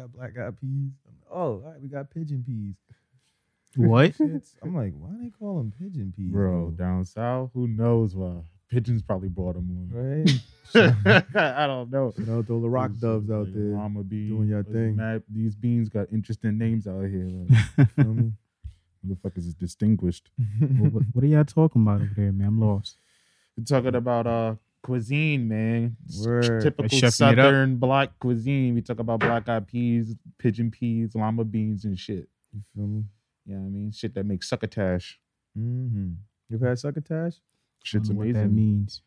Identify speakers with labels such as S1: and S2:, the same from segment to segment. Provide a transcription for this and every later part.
S1: black eyed peas. I'm like, oh, all right, we got pigeon peas.
S2: What?
S1: Shits. I'm like, why they call them pigeon peas,
S3: Bro, down south, who knows why? Pigeons probably brought them one.
S1: Right?
S3: I don't know.
S2: You know, throw the rock doves out
S3: Like
S2: there.
S3: Llama bean,
S2: doing your
S3: Those
S2: thing.
S3: mad- these beans got interesting names out here. Like,
S2: Feel me?
S3: motherfuckers is distinguished.
S2: Well,
S1: what
S2: what, what are y'all talking about over there, man? I'm lost.
S3: We're talking about uh cuisine, man. S-
S1: Word.
S2: They
S3: Typical
S2: chefing it up.
S3: southern black cuisine. We talk about black eyed peas, pigeon peas, llama beans, and shit.
S1: you feel me?
S3: You know what I mean? Shit that makes succotash.
S1: Mm-hmm. You ever had succotash?
S3: Shit's
S2: I don't know
S3: amazing.
S2: What that means?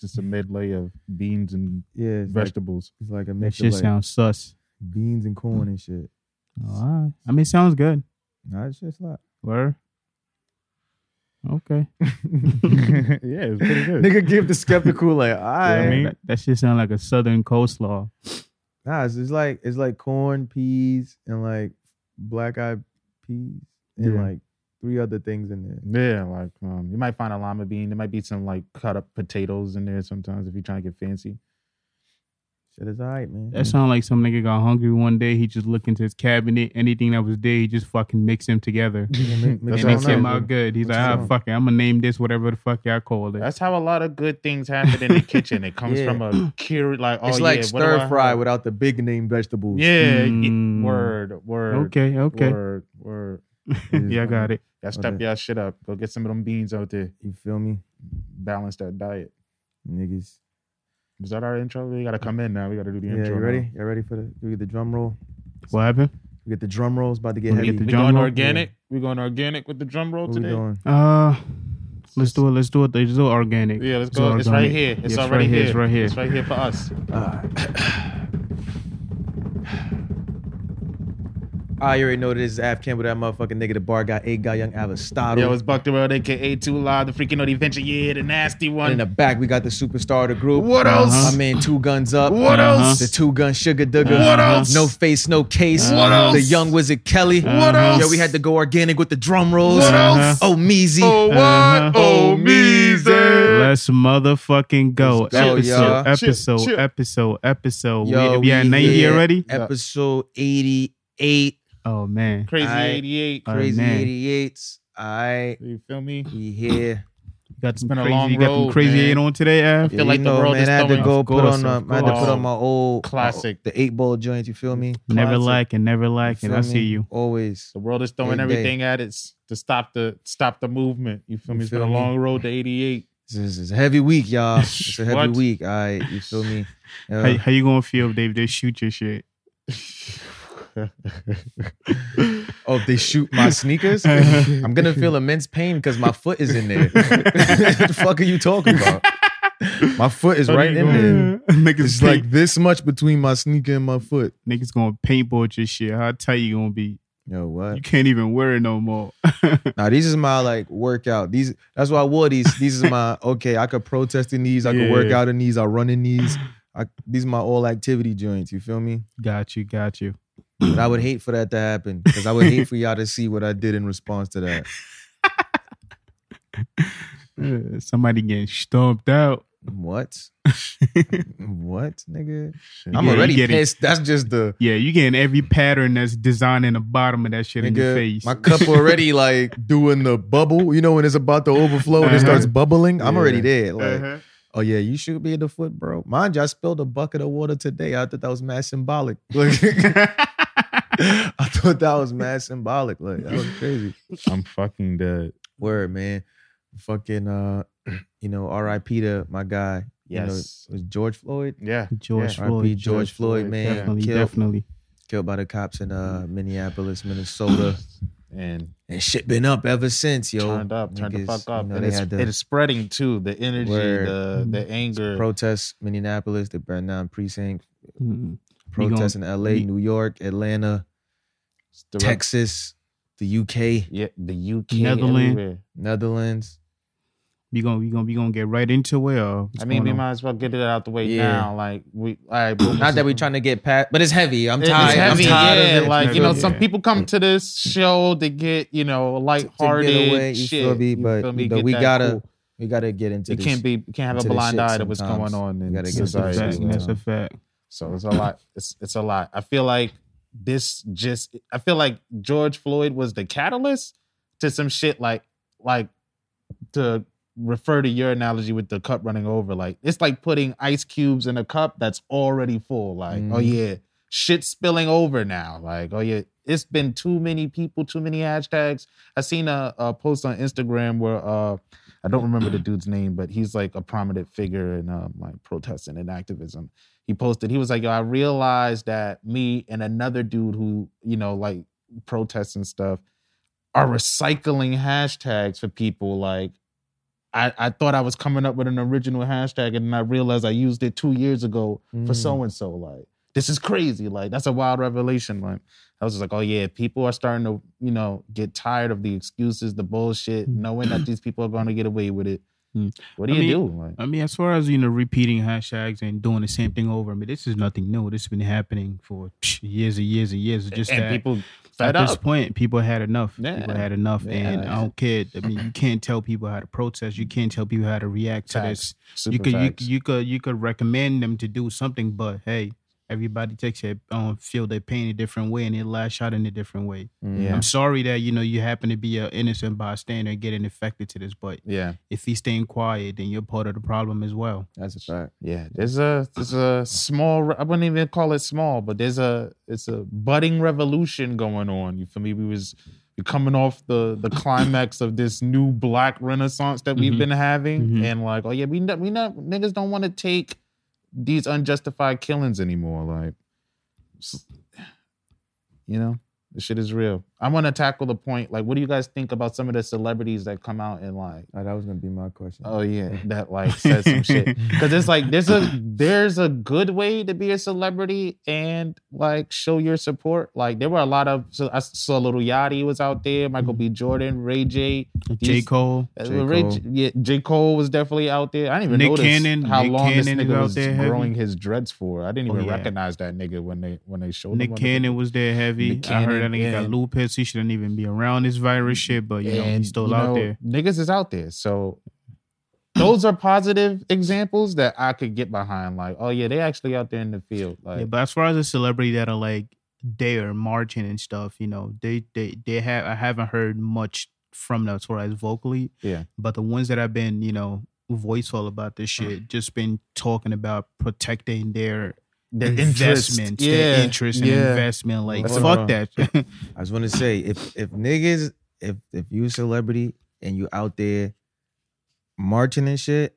S3: Just a medley of beans and
S1: Yeah, it's like,
S3: vegetables.
S1: it's like a
S2: That
S1: mix
S2: shit
S1: of like
S2: sounds sus.
S1: beans and corn and shit.
S2: Oh, all right. I mean, it sounds good.
S1: Nah, that shit's lot.
S2: Where? Okay.
S3: yeah, it's pretty good.
S1: Nigga, give the skeptical like, all right.
S3: I mean?
S2: that, that shit sound like a southern coleslaw.
S1: Nah, it's, it's like it's like corn, peas, and like black eyed peas, and
S3: Yeah.
S1: like three other things in there.
S3: Yeah, like um, you might find a llama bean. There might be some like cut up potatoes in there sometimes if you're trying to get fancy.
S1: Shit is alright, man.
S2: That sound like some nigga got hungry one day. He just looked into his cabinet. Anything that was there, he just fucking mixed them together.
S1: Mix- mix
S3: That's
S2: and
S1: it
S2: they
S3: sounds
S1: all
S2: came
S1: up.
S2: out good. He's
S1: That
S2: like, ah,
S1: sound-
S2: fuck it. I'm gonna name this whatever the fuck y'all call it.
S3: That's how a lot of good things happen in the kitchen. It comes
S1: Yeah.
S3: from a cure, like oh
S1: it's like
S3: yeah, what do I
S1: stir
S3: have?
S1: fry without the big name vegetables.
S3: Yeah, yeah.
S2: Mm.
S3: word, word,
S2: okay, okay.
S3: word, word.
S2: yeah, I got it.
S3: Y'all step
S1: Okay.
S3: y'all shit up. Go get some of them beans out there.
S1: You feel me,
S3: Balance that diet.
S1: niggas?
S3: Is that our intro? We gotta come in now. We gotta do the
S1: Yeah,
S3: intro.
S1: you
S3: now.
S1: ready? You ready for the? We get the drum roll.
S2: What happened?
S1: We get the drum rolls. About to get
S2: We
S1: heavy.
S2: get the
S3: We
S2: Drum
S3: going
S2: roll?
S3: organic. We going organic with the drum roll
S1: what we
S3: today.
S1: doing?
S2: Uh, let's do it. Let's do it. Let's do it organic.
S3: Yeah, let's
S2: It's
S3: go. It's right
S2: organic.
S3: here. It's
S2: Yeah,
S3: already
S2: right
S3: here.
S2: It's right here.
S3: It's right here for us.
S1: Ah. I Ah, already know this is Av Campbell, that motherfucking nigga. The bar got eight guy, young Avastado.
S3: Yo, it's Buck the World, aka Two Live, the freaking Old Adventure. Yeah, the nasty
S1: And
S3: one.
S1: in the back, we got the superstar of the group.
S3: What else?
S1: I mean, two guns up.
S3: What
S2: Uh-huh.
S3: else?
S1: The two gun sugar dugger. Uh-huh.
S3: What else?
S1: No face, no case. Uh-huh.
S3: What else?
S1: The young wizard Kelly. Uh-huh.
S3: What else?
S1: Yo, we had to go organic with the drum rolls.
S3: What
S2: else?
S1: Oh, Meezy.
S3: Oh, what?
S2: Uh-huh.
S3: Oh, measy.
S2: Let's motherfucking go.
S1: Let's go,
S2: episode,
S1: y'all.
S2: episode,
S3: Chill, chill.
S2: episode, episode,
S1: Yo,
S2: We, we at
S1: we
S2: 90
S1: here.
S2: already?
S1: Episode 88,
S2: Oh, man.
S3: Crazy
S1: I-
S3: 88.
S2: Uh,
S1: Crazy
S2: man.
S1: 88s. All right,
S3: you feel me?
S1: we here.
S2: Got some
S3: been a
S2: crazy,
S3: long
S2: you got some
S3: road,
S2: crazy
S3: man.
S2: eight on today, Av.
S3: feel like
S1: you
S3: the
S1: know,
S3: world
S1: man,
S3: is
S1: I had to
S3: throwing-
S1: go
S2: Of
S1: put
S2: course,
S1: on uh,
S2: of
S1: I had to put
S3: course.
S1: on my old uh,
S3: Classic.
S1: the eight ball joint. You feel me?
S2: Never
S3: Classic.
S2: lacking, never
S1: You
S2: lacking.
S1: feel
S2: I
S1: me?
S2: see you.
S1: always.
S3: The world is throwing
S1: Big day.
S3: everything at us to stop the stop the movement. You feel
S1: You
S3: me? It's been
S1: feel
S3: a
S1: me?
S3: long road to 88.
S1: This is a heavy week, y'all. It's a heavy
S3: What?
S1: week. All right, you feel me? Uh,
S2: How, how you gonna feel if they, they shoot your shit?
S1: oh, if they shoot my sneakers,
S3: Uh-huh.
S1: I'm gonna feel immense pain because my foot is in there. the fuck are you talking about? My foot is
S3: How do
S1: right
S3: you
S1: in
S3: go?
S1: there.
S2: Niggas,
S1: It's
S2: like,
S1: like this much between my sneaker and my foot.
S2: niggas gonna paintboard your shit. How tight you gonna be?
S1: Yo, what?
S2: You can't even wear it no more.
S1: Now these is my like workout. These that's why I wore these. These is my okay. I could protest in these. I could work
S3: Yeah.
S1: out in these. I run in these. I, these are my all activity joints. You feel me?
S2: got you, got you.
S1: But I would hate for that to happen because I would hate for y'all to see what I did in response to that.
S2: Uh, somebody getting stomped out.
S1: What? what, nigga?
S3: Shit.
S1: I'm
S2: Yeah, you
S1: already
S2: get it.
S1: pissed. That's just the
S2: Yeah, you getting every pattern that's designed in the bottom of that shit in
S1: nigga.
S2: your face.
S1: My cup already like doing the bubble. You know when it's about to overflow and it
S2: Uh-huh.
S1: starts bubbling. I'm already
S3: Yeah.
S1: there. Like.
S2: Uh-huh.
S1: Oh yeah, you should be in the foot, bro. Mind you, I spilled a bucket of water today. I thought that was mad symbolic. Like, I thought that was mad symbolic. Like that was crazy.
S3: I'm fucking dead.
S1: Word, man. Fucking uh, you know, R.I.P. to my guy. You know,
S3: Yes.
S1: it was George Floyd
S3: Yeah.
S2: George
S1: Yeah,
S2: Floyd.
S1: R.I.P. George Floyd, man. Yeah.
S2: Definitely,
S1: Killed.
S2: definitely.
S1: killed by the cops in uh Minneapolis, Minnesota.
S3: And
S1: and shit been up ever since, yo.
S3: turned up, turned the
S1: Niggas,
S3: fuck up.
S1: You know,
S3: and
S1: they
S3: it's,
S1: had
S3: it is
S1: the
S3: spreading too. The energy,
S1: Word.
S3: the the anger.
S1: protests Minneapolis, they burned down precinct,
S2: Mm. We gon-
S1: protests in L.A.,
S2: we-
S1: New York, Atlanta,
S3: It's the-
S1: Texas, the U.K.,
S3: Yeah, the UK.
S2: Netherlands.
S3: everywhere.
S1: Netherlands.
S2: We gonna we gonna we gonna get right into it. Or what's
S3: I mean,
S2: going
S3: we
S2: on?
S3: might as well get it out the way
S1: Yeah.
S3: now. Like we, all right,
S1: Not that we're trying to get past, but it's heavy. I'm
S3: It's
S1: tired.
S3: heavy,
S1: I'm tired
S3: yeah.
S1: of it.
S3: Like you know, some
S2: Yeah.
S3: people come to this show to get you know lighthearted
S1: To get away, you
S3: shit.
S1: feel me? But,
S3: feel me?
S1: you know,
S3: Get
S1: we
S3: that
S1: gotta-
S3: cool.
S1: we gotta get into
S3: You
S1: this.
S3: can't be, you can't have
S1: into
S3: a
S1: this
S3: blind
S1: shit
S3: eye to what's
S1: sometimes.
S3: going on
S1: We
S3: in
S1: gotta get
S2: That's a
S1: Sorry,
S3: society.
S2: fact.
S1: man.
S2: That's a fact.
S3: So it's a lot. It's it's a lot. I feel like this just I feel like George Floyd was the catalyst to some shit like like to refer to your analogy with the cup running over. Like it's like putting ice cubes in a cup that's already full. Like,
S1: Mhm.
S3: oh yeah, shit's spilling over now. Like, oh yeah, it's been too many people, too many hashtags. I seen a, a post on Instagram where uh I don't remember the dude's name, but he's like a prominent figure in um, like protesting and activism he posted he was like yo i realized that me and another dude who you know like protests and stuff are recycling hashtags for people like I, I thought I was coming up with an original hashtag and then I realized I used it two years ago for
S1: Mm.
S3: so and so. Like, this is crazy. Like, that's a wild revelation. Like, I was just like, oh yeah, people are starting to, you know, get tired of the excuses, the bullshit, knowing that these people are going to get away with it.
S2: Mm.
S3: What do
S2: I
S3: you
S2: mean-
S3: do? Like,
S2: I mean, as far as you know, repeating hashtags and doing the same thing over. I mean, this is nothing new. This has been happening for psh, years and years and years. It's just
S3: and
S2: that
S3: people
S2: at
S3: fed
S2: this
S3: up.
S2: point, people had enough.
S3: Yeah.
S2: People had enough, and
S3: Yeah.
S2: I don't care. I mean, you can't tell people how to protest. You can't tell people how to react to
S3: Facts.
S2: this.
S3: Super
S2: you could you,
S3: facts.
S2: could- you could you could recommend them to do something, but hey, everybody takes their um, feel their pain a different way and they lash out in a different way.
S3: Yeah.
S2: I'm sorry that you know you happen to be an innocent bystander getting affected to this, but
S3: Yeah,
S2: if he's staying quiet, then you're part of the problem as well.
S1: That's a fact.
S3: yeah. There's a there's a small. I wouldn't even call it small, but there's a it's a budding revolution going on. You feel me? We was we coming off the the climax of this new black renaissance that we've
S2: Mhm.
S3: been having,
S2: Mhm.
S3: and like, oh yeah, we not, we not niggas don't want to take these unjustified killings anymore. Like, s- you know, the shit is real. I want to tackle the point. Like, what do you guys think about some of the celebrities that come out and like?
S1: Oh, that was gonna be my question.
S3: Oh yeah, that like says some shit. Cause it's like there's a there's a good way to be a celebrity and like show your support. Like there were a lot of so I saw Little Yachty was out there, Michael B. Jordan, Ray J,
S2: Mm-hmm. J Cole,
S3: uh,
S1: J.
S3: Ray
S1: Cole.
S3: J, yeah, J. Cole was definitely out there. I didn't even
S2: Nick
S3: notice
S2: Cannon-
S3: how
S2: Nick
S3: long
S2: Cannon
S3: this
S2: is
S3: nigga
S2: out
S3: was
S2: there heavy.
S3: growing his dreads for. I didn't
S2: Oh,
S3: even
S2: yeah.
S3: recognize that nigga when they when they showed him.
S2: Nick
S3: on the-
S2: Cannon was there heavy.
S3: Nick
S2: I heard that
S3: Cannon,
S2: nigga got
S3: and-
S2: lupus. He shouldn't even be around this virus shit, but you know
S3: And,
S2: he's still
S3: you
S2: out
S3: know,
S2: there.
S3: Niggas is out there. So those are positive examples that I could get behind. Like, oh yeah, they actually out there in the field. Like,
S2: yeah, but as far as a celebrity that are like they are marching and stuff, you know, they they they have I haven't heard much from them as far as vocally.
S3: Yeah.
S2: But the ones that I've been, you know, voiceful about this shit, just been talking about protecting their
S3: their
S2: investments, their interest and investment. Like
S1: That's
S2: fuck
S3: another-
S2: that.
S1: I just want to say if if niggas if if you a celebrity and you out there marching and shit,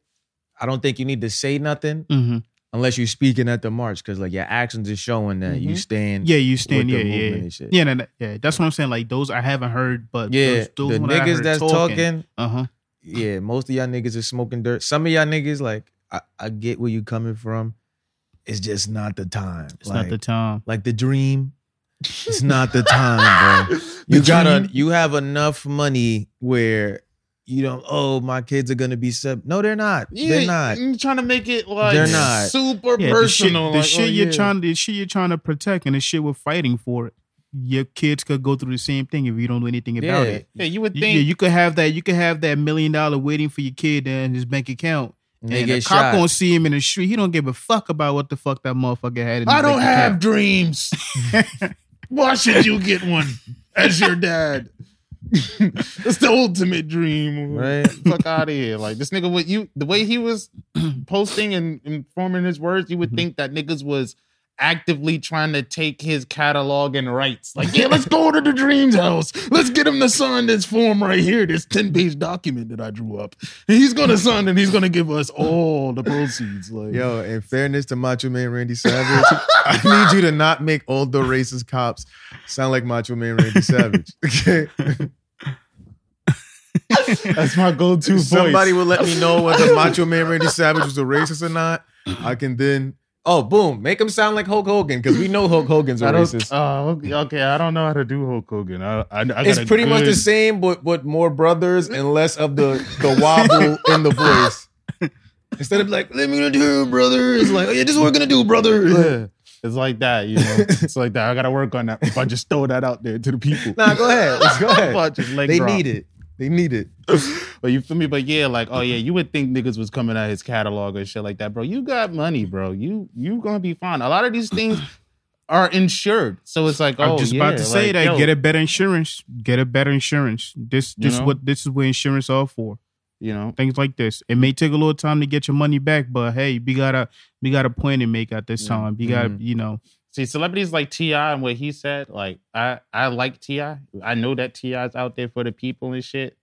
S1: I don't think you need to say nothing
S2: hmm
S1: unless you speaking at the march because like your actions is showing that you
S3: Mhm.
S1: stand.
S2: Yeah, you stand.
S1: with
S2: Yeah,
S1: the
S2: yeah,
S1: movement
S2: yeah.
S1: and shit.
S2: Yeah, no, no, yeah, that's what I'm saying. Like those I haven't heard, but
S1: Yeah,
S2: those, those
S1: the
S2: one that I
S1: niggas
S2: heard
S1: that's
S2: talking,
S1: talking,
S2: uh-huh.
S1: yeah, most of y'all niggas is smoking dirt. Some of y'all niggas, like, I, I get where you coming from. It's just not the time.
S2: It's
S1: like,
S2: not the time.
S1: like the dream. It's not the time, bro. You gotta you have enough money where you don't oh my kids are gonna be sub no they're not. They're not.
S3: You're trying to make it like
S1: They're not.
S3: super
S2: Yeah, the shit,
S3: personal.
S2: the
S3: like,
S2: shit
S3: oh,
S2: you're
S3: yeah.
S2: trying, the shit you're trying to protect, and the shit we're fighting for. Your kids could go through the same thing if you don't do anything about
S1: Yeah.
S2: it.
S3: Yeah, you would
S2: You,
S3: think.
S2: yeah, you could have that. You could have that million dollar waiting for your kid in his bank account,
S1: And
S2: and,
S1: they
S2: the
S1: get
S2: cop
S1: shot.
S2: gonna see him in the street. He don't give a fuck about what the fuck that motherfucker had. In his
S3: I don't
S2: bank
S3: have
S2: account.
S3: dreams. Why should you get one as your dad? That's the ultimate dream.
S1: Right.
S3: Fuck out of here. Like this nigga would you the way he was posting and, and forming his words, you would
S1: Mm-hmm.
S2: Mhm.
S3: think that niggas was actively trying to take his catalog and rights. Like, yeah, let's go to the dreams house. Let's get him to sign this form right here, this 10-page document that I drew up. And he's gonna sign and he's gonna give us all the proceeds. Like
S1: Yo, in fairness to Macho Man Randy Savage, I need you to not make all the racist cops sound like Macho Man Randy Savage. Okay.
S3: that's my go-to voice.
S1: Somebody will let me know whether Macho Man Randy Savage was a racist or not. I can then oh boom, make him sound like Hulk Hogan because we know Hulk Hogan's a
S3: I don't.
S1: racist.
S3: Oh, okay, okay, I don't know how to do Hulk Hogan. I, I, I got
S1: it's
S3: a
S1: pretty much
S3: good-
S1: the same, but but more brothers and less of the the wobble in the voice. Instead of like, let me gonna do, brother. It's like, oh yeah, this is what we're gonna do, brother.
S3: Yeah. It's like that, you know. it's like that. I gotta work on that. If I just throw that out there to the people,
S1: nah, go ahead. Let's go
S3: If I
S1: ahead.
S3: just leg
S1: They
S3: drop.
S1: need it. They need it.
S3: But you feel me? But yeah, like oh yeah, you would think niggas was coming out his catalog or shit like that, bro. You got money, bro. You you gonna be fine. A lot of these things. are insured. So it's like, oh,
S2: I'm just about
S3: yeah,
S2: to say
S3: like,
S2: that.
S3: yo,
S2: Get a better insurance. Get a better insurance. This
S3: You
S2: this
S3: know?
S2: what this is what insurance are for.
S3: You know,
S2: Things like this. It may take a little time to get your money back, but hey, we got a we got a plan to make at this
S3: Yeah.
S2: time. We got
S3: Mhm.
S2: you know
S3: see celebrities like Ti and what he said. Like, I I like Ti. I know that Ti's out there for the people and shit.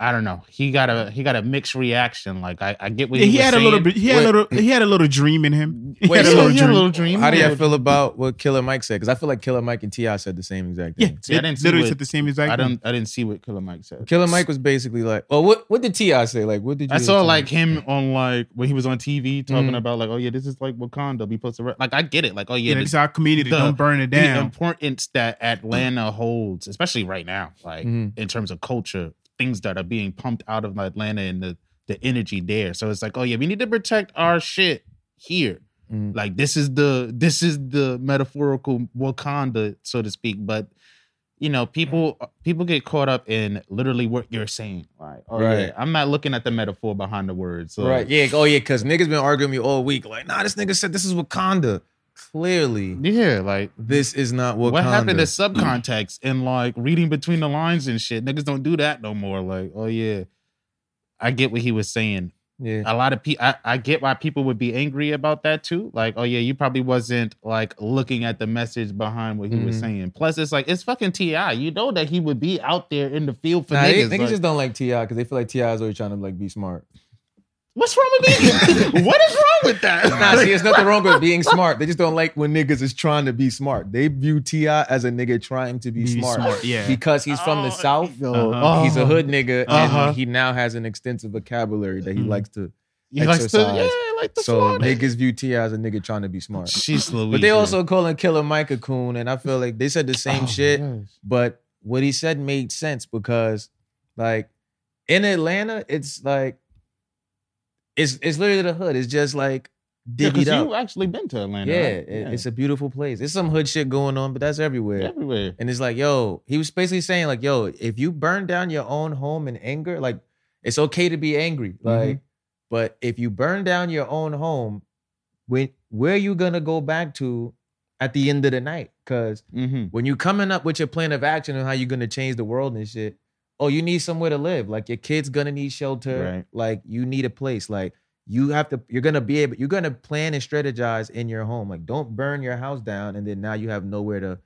S3: I don't know. He got a he got a mixed reaction. Like I, I get what
S2: Yeah,
S3: he,
S2: he
S3: was
S2: had a
S3: saying.
S2: little bit. He had a
S1: Wait.
S2: little. He had a little dream in him. He
S1: Wait,
S2: had a
S1: so
S2: little
S1: he
S3: had a
S2: dream.
S3: little dream.
S1: How do
S3: Yeah.
S1: y'all feel about what Killer Mike said? Because I feel like Killer Mike and Ti said the same exact
S2: yeah,
S1: thing.
S3: See, I
S2: they
S3: didn't see
S2: literally
S3: what-
S2: said the same exact.
S3: I
S2: thing.
S3: don't I didn't see what Killer Mike said.
S1: Killer Mike was basically like, "Well, what what did Ti say? Like, what did you?"
S3: I saw
S1: hear
S3: like
S1: T.I. say?
S3: him on like when he was on TV talking
S1: Mm.
S3: about like, oh yeah, this is like Wakanda. We supposed to re-. like I get it. Like oh
S2: Yeah,
S3: yeah,
S2: it's
S3: this,
S2: our community.
S3: the-
S2: don't burn it
S3: the
S2: down.
S3: importance that Atlanta holds, especially right now, like
S1: Mhm.
S3: in terms of culture, things that are being pumped out of Atlanta and the the energy there. So it's like oh yeah, we need to protect our shit here.
S1: Mm.
S3: Like this is the this is the metaphorical Wakanda, so to speak. But you know, people people get caught up in literally what you're saying. Like, oh
S1: Right.
S3: yeah, I'm not looking at the metaphor behind the words. So.
S1: right? Yeah. Oh yeah, because niggas been arguing with me all week. Like, nah, this nigga said this is Wakanda. Clearly,
S3: Yeah, like
S1: this is not Wakanda.
S3: what happened to subcontext and like reading between the lines and shit? Niggas don't do that no more. Like, oh yeah. I get what he was saying.
S1: yeah.
S3: A lot of people, I, I get why people would be angry about that too. Like, oh yeah, you probably wasn't like looking at the message behind what he was
S1: Mhm.
S3: saying. Plus, it's like it's fucking Ti. You know that he would be out there in the field for
S1: Nah, they-
S3: niggas.
S1: niggas
S3: like,
S1: just don't like Ti because they feel like Ti is always trying to like be smart.
S3: What's wrong with me? what is wrong with that?
S1: Nah, see, it's nothing wrong with being smart. They just don't like when niggas is trying to be smart. They view Ti as a nigga trying to be,
S2: Be
S1: smart,
S2: smart, yeah.
S1: because he's from the
S3: Oh,
S1: south.
S2: Uh-huh.
S1: He's a hood nigga,
S3: Uh-huh.
S1: and he now has an extensive vocabulary that he
S2: Mhm.
S1: likes to.
S3: He likes to,
S1: exercise.
S3: yeah, like the
S1: so
S3: smart nigga.
S1: niggas view Ti as a nigga trying to be smart.
S3: She's Louise.
S1: But they also calling Killer Mike a coon, and I feel like they said the
S3: Oh,
S1: same shit. But what he said made sense because, like, in Atlanta, it's like, it's it's literally the hood. It's just like
S3: Because
S1: divvied up.
S3: you actually been to Atlanta.
S1: Yeah,
S3: right?
S1: it- it's a beautiful place. There's some hood shit going on, but that's everywhere.
S3: everywhere.
S1: And it's like, yo, he was basically saying, like, yo, if you burn down your own home in anger, like, it's okay to be angry. Like, but if you burn down your own home, when where you gonna go back to at the end of the night? Cause
S3: Mm-hmm.
S1: when you coming up with your plan of action and how you're gonna change the world and shit, oh, you need somewhere to live. Like your kids gonna need shelter.
S3: Right.
S1: Like you need a place. Like you have to. You're gonna be able. You're gonna plan and strategize in your home. Like don't burn your house down and then now you have nowhere to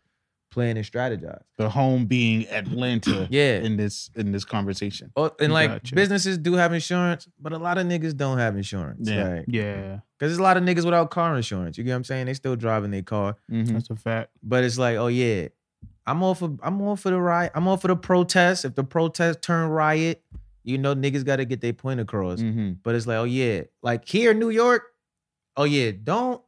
S1: plan and strategize.
S3: The home being Atlanta.
S1: Yeah.
S3: In this in this conversation.
S1: Oh, and like
S2: Gotcha.
S1: businesses do have insurance, but a lot of niggas don't have insurance.
S3: Yeah.
S1: Like,
S2: Yeah,
S1: Cause there's a lot of niggas without car insurance. You get what I'm saying? They still driving their car,
S3: Mm-hmm.
S2: that's a fact.
S1: but it's like, oh yeah, I'm all for I'm all for the riot. I'm all for the protest. If the protest turn riot, you know niggas got to get their point across.
S3: Mm-hmm.
S1: But it's like, oh yeah, like here in New York, oh yeah, don't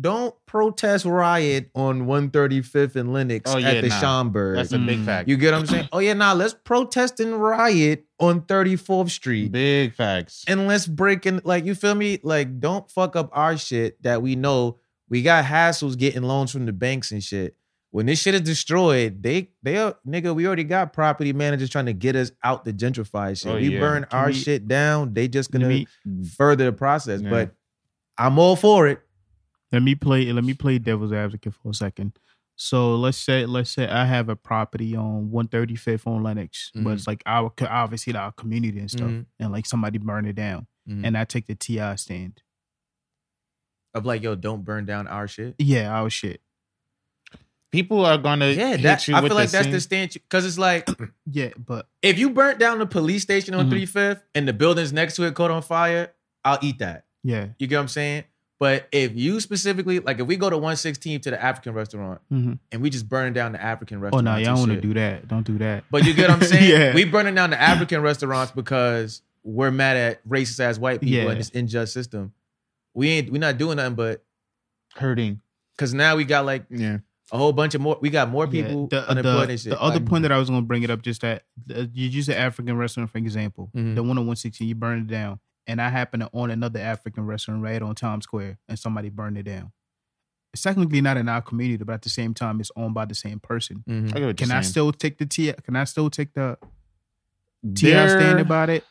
S1: don't protest riot on 135th and Lenox
S3: Oh, yeah,
S1: at the
S3: nah.
S1: Schomburg.
S3: That's a big
S2: Mm.
S3: fact.
S1: you get what I'm saying? Oh yeah, nah, let's protest and riot on 34th Street
S3: big facts.
S1: and let's break in like you feel me like don't fuck up our shit that we know we got hassles getting loans from the banks and shit when this shit is destroyed they they are nigga we already got property managers trying to get us out the gentrified shit
S3: Oh,
S1: we
S3: yeah.
S1: burn
S2: Can
S1: our
S2: we-
S1: shit down they just
S2: Let
S1: gonna
S2: me
S1: further the process
S3: Yeah.
S1: but i'm all for it
S2: let me play let me play devil's advocate for a second. So let's say let's say I have a property on 135th on Lennox,
S3: Mm.
S2: but it's like our co- obviously our community and stuff,
S1: Mhm.
S3: Mm-hmm.
S2: and like somebody burned it down,
S1: and
S2: and I take the Ti stand.
S1: of like yo don't burn down our shit
S2: Yeah, our shit.
S3: People are gonna
S1: yeah
S3: hit
S1: that,
S3: you
S1: i
S3: with
S1: feel like
S3: the
S1: that's
S3: same-
S1: the stance because it's like
S2: Yeah, but
S1: if you burnt down the police station on
S3: Mm-hmm.
S2: Mhm.
S1: 35th and the buildings next to it caught on fire i'll eat that
S2: yeah,
S1: You get what I'm saying? But if you specifically, like if we go to 116 to the African restaurant
S2: hmm
S1: and we just burn down the African
S2: oh
S1: restaurant.
S2: no, y'all want to
S1: shit.
S2: do that? Don't do that.
S1: But you get what I'm saying?
S2: Yeah.
S1: We burning down the African restaurants because we're mad at racist ass white people
S2: Yeah.
S1: and this unjust system. We ain't we not doing nothing but
S3: hurting.
S1: cause now we got like
S3: Yeah.
S1: a whole bunch of more we got more
S2: Yeah,
S1: people
S2: the, uh,
S1: unemployed
S2: the,
S1: and shit.
S2: the other
S1: Like, mm.
S2: point that I was going to bring it up just that uh, you use the African restaurant for example,
S1: Mhm.
S2: the one on one sixteen, you burn it down, and I happen to own another African restaurant right on Times Square, and somebody burned it down. It's technically not in our community, but at the same time, it's owned by the same person.
S1: mhm.
S3: I get what
S2: Can
S3: you're
S2: I
S3: saying.
S2: still take the T? Can I still take the T?
S3: There-
S2: Stand about it?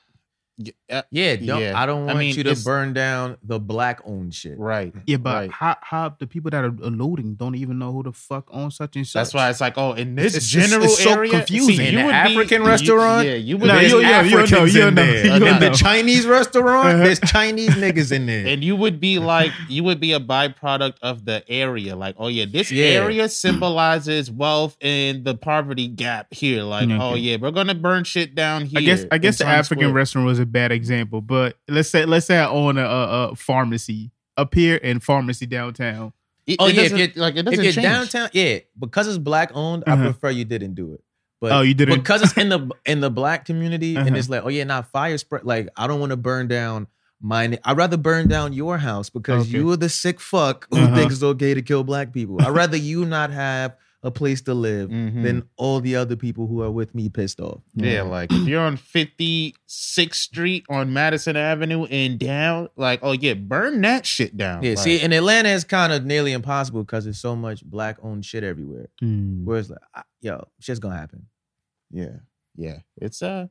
S3: Yeah,
S1: Yeah, don't,
S3: Yeah.
S1: I don't
S3: I
S1: want
S3: mean,
S1: you to
S3: it's-
S1: burn down the black owned shit.
S3: right.
S2: Yeah, but
S3: Right.
S2: how, how the people that are loading don't even know who the fuck owns such and such.
S3: That's why it's like, oh, in this
S2: It's- it's-
S3: general
S2: it's so
S3: area,
S2: confusing.
S3: See,
S2: In
S3: you
S1: an
S3: would be-
S1: African
S3: you-
S1: restaurant?
S3: yeah, you would.
S2: Nah,
S3: be-
S1: There's
S2: you- yeah, you
S1: Africans
S2: know, you
S1: in
S2: know,
S1: there.
S2: you
S1: In
S2: know.
S1: the Chinese restaurant,
S2: Uh-huh.
S1: there's Chinese niggas in there.
S3: and you would be like you would be a byproduct of the area like oh yeah this
S1: Yeah.
S3: area symbolizes wealth and the poverty gap here like
S2: Okay.
S3: oh yeah we're gonna burn shit down
S2: Mm-hmm.
S3: here
S2: I guess I
S3: in
S2: guess the
S3: Times
S2: African
S3: Square.
S2: restaurant was a bad example, but let's say let's say I own a, a, a pharmacy up here and pharmacy downtown.
S3: It-
S1: Oh,
S3: it
S1: yeah, if
S3: doesn't- like it
S1: if
S3: doesn't
S1: you're
S3: change.
S1: downtown, yeah, because it's black owned, I
S2: Uh-huh.
S1: prefer you didn't do it. But
S2: Oh, you didn't-
S1: because it's in the in the black community, and
S2: Uh-huh.
S1: it's like, oh yeah, not fire spread. Like I don't want to burn down mine. I'd rather burn down your house because
S2: Okay.
S1: you are the sick fuck who
S2: Uh-huh.
S1: thinks it's okay to kill black people. I'd rather you not have a place to live
S2: Mm-hmm.
S3: Mhm.
S1: than all the other people who are with me pissed off.
S3: yeah like if you're on 56th street on Madison Avenue and down like oh yeah burn that shit down
S1: Yeah,
S3: Like,
S1: see, in Atlanta, it's kind of nearly impossible because there's so much black owned shit everywhere.
S2: Hmm.
S1: Where it's like, I- yo, shit's gonna happen.
S3: yeah yeah it's a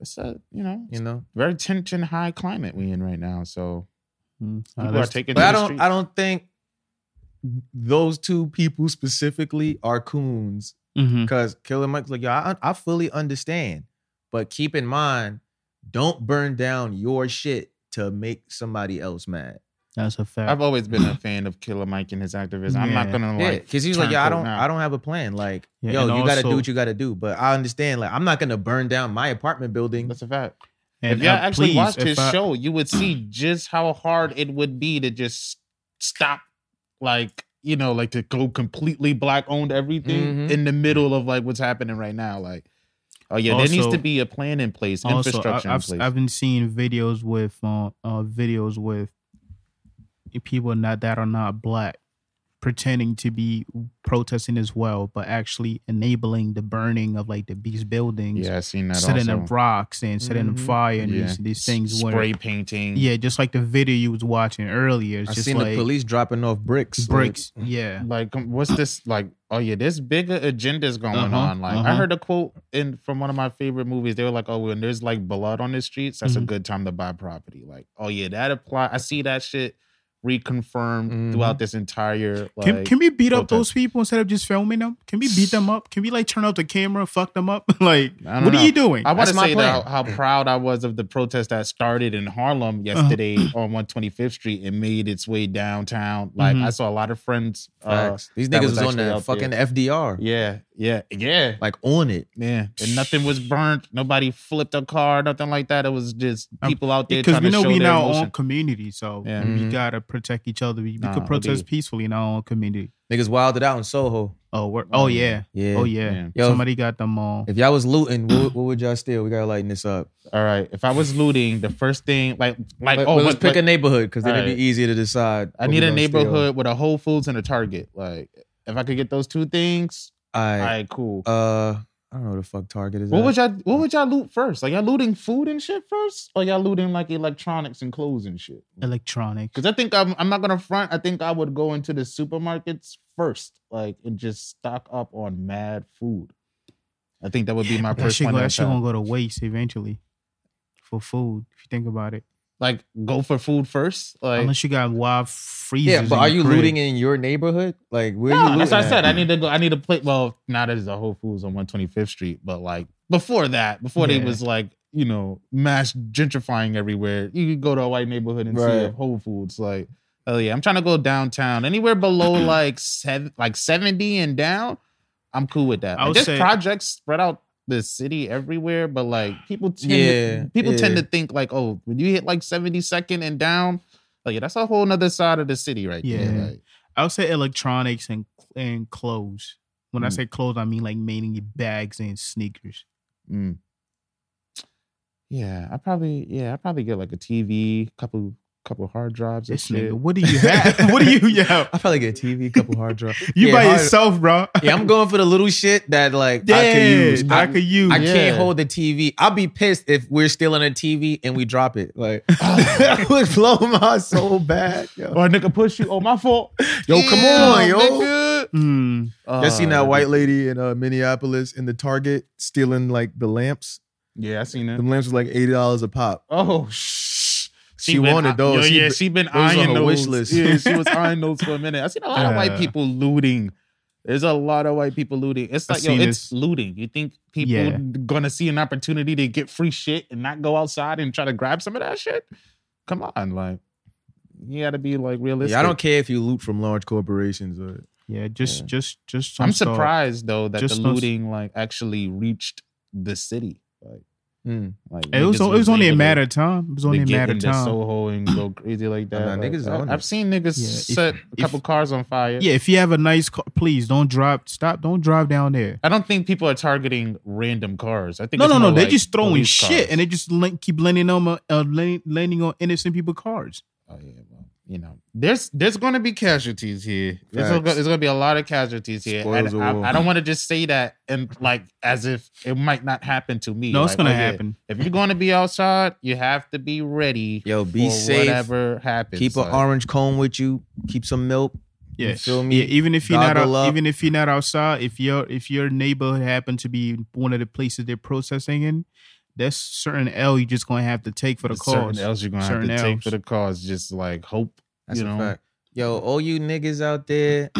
S3: it's a you know
S1: You know,
S3: very tension high climate we in right now so
S2: Hmm. Uh,
S3: people are
S2: that's-
S3: taking
S1: but
S3: to
S1: I
S3: the
S1: don't.
S3: streets.
S1: I don't think those two people specifically are coons
S2: Mhm.
S1: because Killer Mike's like, yo, I, I fully understand, but keep in mind, don't burn down your shit to make somebody else mad.
S2: That's a fact.
S3: I've always been a fan of Killer Mike and his activism. I'm not
S2: Yeah.
S3: gonna
S1: Yeah,
S3: like
S1: because he's like,
S3: turn
S1: yo, I
S3: cold
S1: don't,
S3: now.
S1: I don't have a plan. Like,
S2: Yeah,
S1: yo, you
S2: and
S1: gotta do
S2: also-
S1: what you gotta do. But I understand. Like, I'm not gonna burn down my apartment building.
S3: That's a fact.
S2: And,
S3: if y'all
S2: uh,
S3: actually
S2: please,
S3: watched
S2: if
S3: his
S2: I-
S3: show, you would see just how hard it would be to just stop, like you know, like to go completely black owned everything
S2: Mm-hmm.
S1: Mhm.
S3: in the middle of like what's happening right now. Like, oh yeah, there needs
S2: Also-
S3: to be a plan in place,
S2: Also, I,
S3: infrastructure
S2: have
S3: in place.
S2: I've been seeing videos with uh, uh, videos with people not that are not black pretending to be protesting as well, but actually enabling the burning of like the these buildings,
S3: yeah, I seen that.
S2: setting
S3: also.
S2: up rocks and setting up
S1: Mhm.
S2: fire and
S3: Yeah.
S2: these, these things. where-
S3: spray painting.
S2: yeah, just like the video you was watching earlier. It's
S1: I
S2: just
S1: seen
S2: like
S1: the police dropping off bricks. mm,
S2: bricks. Yeah.
S3: like um, what's this like oh yeah there's bigger agendas going
S2: Uh-huh,
S3: on like i
S2: uh-huh.
S3: heard a quote in from one of my favorite movies they were like oh when there's like blood on the streets that's a
S2: Mhm.
S3: good time to buy property like oh yeah that apply i see that shit reconfirmed
S1: Mhm.
S3: throughout this entire like
S2: Can, can we beat up
S3: protest.
S2: those people instead of just filming them? Can we beat them up? Can we like turn off the camera, fuck them up? like,
S3: I don't
S2: what
S3: know.
S2: are you doing?
S3: I want to
S1: That's my
S3: say that
S1: plan.
S3: how, how proud I was of the protest that started in Harlem yesterday on 125th Street and made its way downtown. Like
S2: Mhm.
S3: I saw a lot of friends. Uh,
S1: Facts. These
S3: that
S1: niggas
S3: was
S1: was on
S3: actually
S1: that
S3: out there.
S1: fucking FDR.
S3: yeah, yeah, yeah.
S1: Like on it.
S3: Yeah, and nothing was burnt. Nobody flipped a car, nothing like that. It was just
S2: Um,
S3: people out there
S2: Because
S3: trying
S2: we
S3: to
S2: know
S3: show
S2: we
S3: their
S2: now own
S3: emotion.
S2: community, so
S3: Yeah.
S1: Mhm.
S2: we gotta protect each other. We, we
S3: Nah,
S2: could protest
S3: indeed.
S2: peacefully in our own community.
S1: Niggas wilded out in Soho.
S2: Oh, we're,
S3: Oh,
S2: oh
S3: yeah.
S2: yeah.
S1: Yeah.
S2: oh yeah.
S3: Yeah.
S1: Yo,
S2: Somebody got them all.
S1: If y'all was looting, what, what would y'all steal? We gotta lighten this up.
S3: All right, if I was looting, the first thing like like
S1: But-
S3: oh,
S1: but let's
S3: but-
S1: pick
S3: but
S1: a neighborhood because then it'd
S3: Alright.
S1: be easier to decide.
S3: I need a neighborhood with a Whole Foods and a Target. Like if I could get those two things,
S1: I
S3: all right, cool.
S1: uh, I don't know what the fuck Target is.
S3: what
S1: at.
S3: would y'all What would y'all loot first? Like y'all looting food and shit first, or y'all looting like electronics and clothes and shit?
S2: Electronics.
S3: Because I think I'm I'm not gonna front. I think I would go into the supermarkets first, like and just stock up on mad food. I think that would be my
S2: That
S3: first
S2: shit,
S3: one.
S2: go- that shit gonna go to waste eventually. For food, if you think about it.
S3: like go for food first. Like
S2: Unless you got wild freezers.
S1: yeah, but
S2: in
S1: are
S2: your
S1: you
S2: crib.
S1: looting in your neighborhood? Like where you
S3: no,
S1: looting?
S3: that's what I
S1: at?
S3: said. I need to go. I need to play. Well, now that is a Whole Foods on 125th Street, but like before that, before they
S2: Yeah.
S3: was like you know mass gentrifying everywhere. You could go to a white neighborhood and see
S1: Right.
S3: a Whole Foods. Like oh yeah, I'm trying to go downtown. Anywhere below like seven, like 70 and down, I'm cool with that.
S2: I
S3: Like,
S2: would
S3: there's
S2: say-
S3: projects spread out the city everywhere, but like people tend
S1: Yeah,
S3: to, people tend
S1: yeah.
S3: to think like oh when you hit like 72nd and down. Like, yeah, that's a whole nother side of the city right there.
S2: Yeah.
S3: Like,
S2: I would say electronics and and clothes. When I
S3: Mm.
S2: say clothes, I mean like mainly bags and sneakers.
S3: Mm. Yeah, I probably yeah, I probably get like a TV, couple couple hard drives. And
S2: This
S3: shit.
S2: nigga, what do you have? what do you yeah?
S1: I probably get a TV, couple hard drives.
S2: You
S1: Yeah,
S2: by
S1: hard-
S2: yourself, bro.
S1: Yeah, I'm going for the little shit that like I could
S2: Yeah,
S1: use.
S2: I could use.
S1: I
S3: Yeah.
S1: can't hold the TV. I'll be pissed if we're still in a TV and we drop it. Like, it would blow my soul bad. Yo,
S3: Or nigga push you. Oh, my fault.
S1: yo come on, yo.
S2: Mm.
S1: Y'all seen
S3: Uh,
S1: that white lady in uh, Minneapolis in the Target stealing like the lamps?
S3: Yeah, I seen it.
S4: Them lamps was like eighty dollars a pop.
S3: Oh, shh.
S4: She wanted those.
S3: Yo,
S4: She
S3: yeah,
S4: be-
S3: she been
S4: those on
S3: eyeing
S4: her
S3: those.
S4: wish list.
S3: Yeah, she was eyeing those for a minute. I seen a lot of
S2: Yeah.
S3: white people looting. There's a lot of white people looting. It's
S2: I
S3: like, yo,
S2: seen
S3: it's
S2: this.
S3: looting. You think people
S2: Yeah.
S3: gonna see an opportunity to get free shit and not go outside and try to grab some of that shit? Come on, like you gotta be like realistic.
S4: Yeah, I don't care if you loot from large corporations or
S2: Yeah, just
S3: Yeah.
S2: just just some
S3: I'm
S2: sort-
S3: surprised though that the
S2: just those-
S3: looting like actually reached the city. Like,
S1: Mm.
S3: like
S2: Hmm. It was,
S3: niggas
S2: it was only a
S3: able to-
S2: matter of time. It was only
S3: to
S2: a
S3: get
S2: matter of
S3: into
S2: time.
S3: Soho and go crazy like that.
S1: Nah,
S3: Like,
S1: niggas
S3: I,
S1: own
S3: have
S1: it.
S3: seen niggas
S2: Yeah, if-
S3: set a
S2: if-
S3: couple cars on fire.
S2: yeah, if you have a nice car, please don't drive. Stop. Don't drive down there.
S3: I don't think people are targeting random cars. I think
S2: No,
S3: it's
S2: no, no.
S3: more
S2: They're
S3: like
S2: just throwing
S3: police
S2: shit,
S3: cars.
S2: and they just link, keep landing on uh, uh, landing, landing on innocent people cars.
S3: oh yeah, well, you know, there's there's going to be casualties here. There's,
S4: Facts.
S3: gonna, there's going to be a lot of casualties here,
S4: Spoils
S3: and
S4: of war.
S3: I, I don't want to just say that and like as if it might not happen to me.
S2: No, it's
S3: Like,
S2: gonna
S3: oh, yeah,
S2: happen.
S3: If you're going to be outside, you have to be ready.
S1: Yo, be
S3: for
S1: safe.
S3: Whatever happens,
S1: Keep an
S3: Like,
S1: orange cone with you. Keep some milk.
S2: Yeah.
S1: You feel
S2: Yeah,
S1: me?
S2: even if you're not
S1: Goggle
S2: out,
S1: up.
S2: even if you're not outside, if your if your neighborhood happened to be one of the places they're processing in, that's certain L you just gonna have to take for the
S3: certain
S2: cause.
S3: else you're going to have
S2: Certain
S3: to take
S2: else.
S3: for the cause. Just like hope,
S1: That's
S3: you
S1: a
S3: know.
S1: fact. Yo, all you niggas out there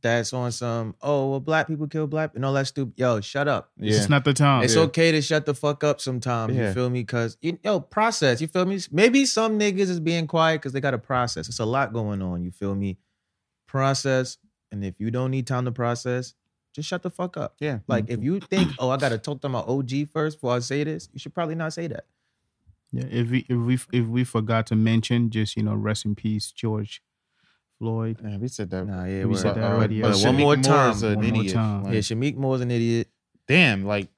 S1: that's on some, oh, well, black people kill black and all that stupid. Yo, shut up.
S3: Yeah.
S2: It's not the time.
S1: It's
S3: yeah.
S1: okay to shut the fuck up sometimes.
S3: Yeah.
S1: You feel me? Cause you yo, process. You feel me? Maybe some niggas is being quiet because they got a process. It's a lot going on. You feel me? Process. And if you don't need time to process, just shut the fuck up.
S3: Yeah.
S1: Like if you think, oh, I gotta talk to my OG first before I say this, you should probably not say that.
S2: Yeah, if we if we if we forgot to mention, just you know, rest in peace, George Floyd.
S3: Yeah, we said that.
S1: Nah, yeah,
S2: We
S1: word.
S2: said that
S3: Uh,
S2: already,
S3: but
S2: yeah.
S1: One
S3: Shameik
S1: more
S3: Moore
S1: time.
S3: is an
S2: One more
S3: idiot.
S2: time.
S3: Like,
S1: yeah, Shamik Moore's an idiot.
S3: damn, like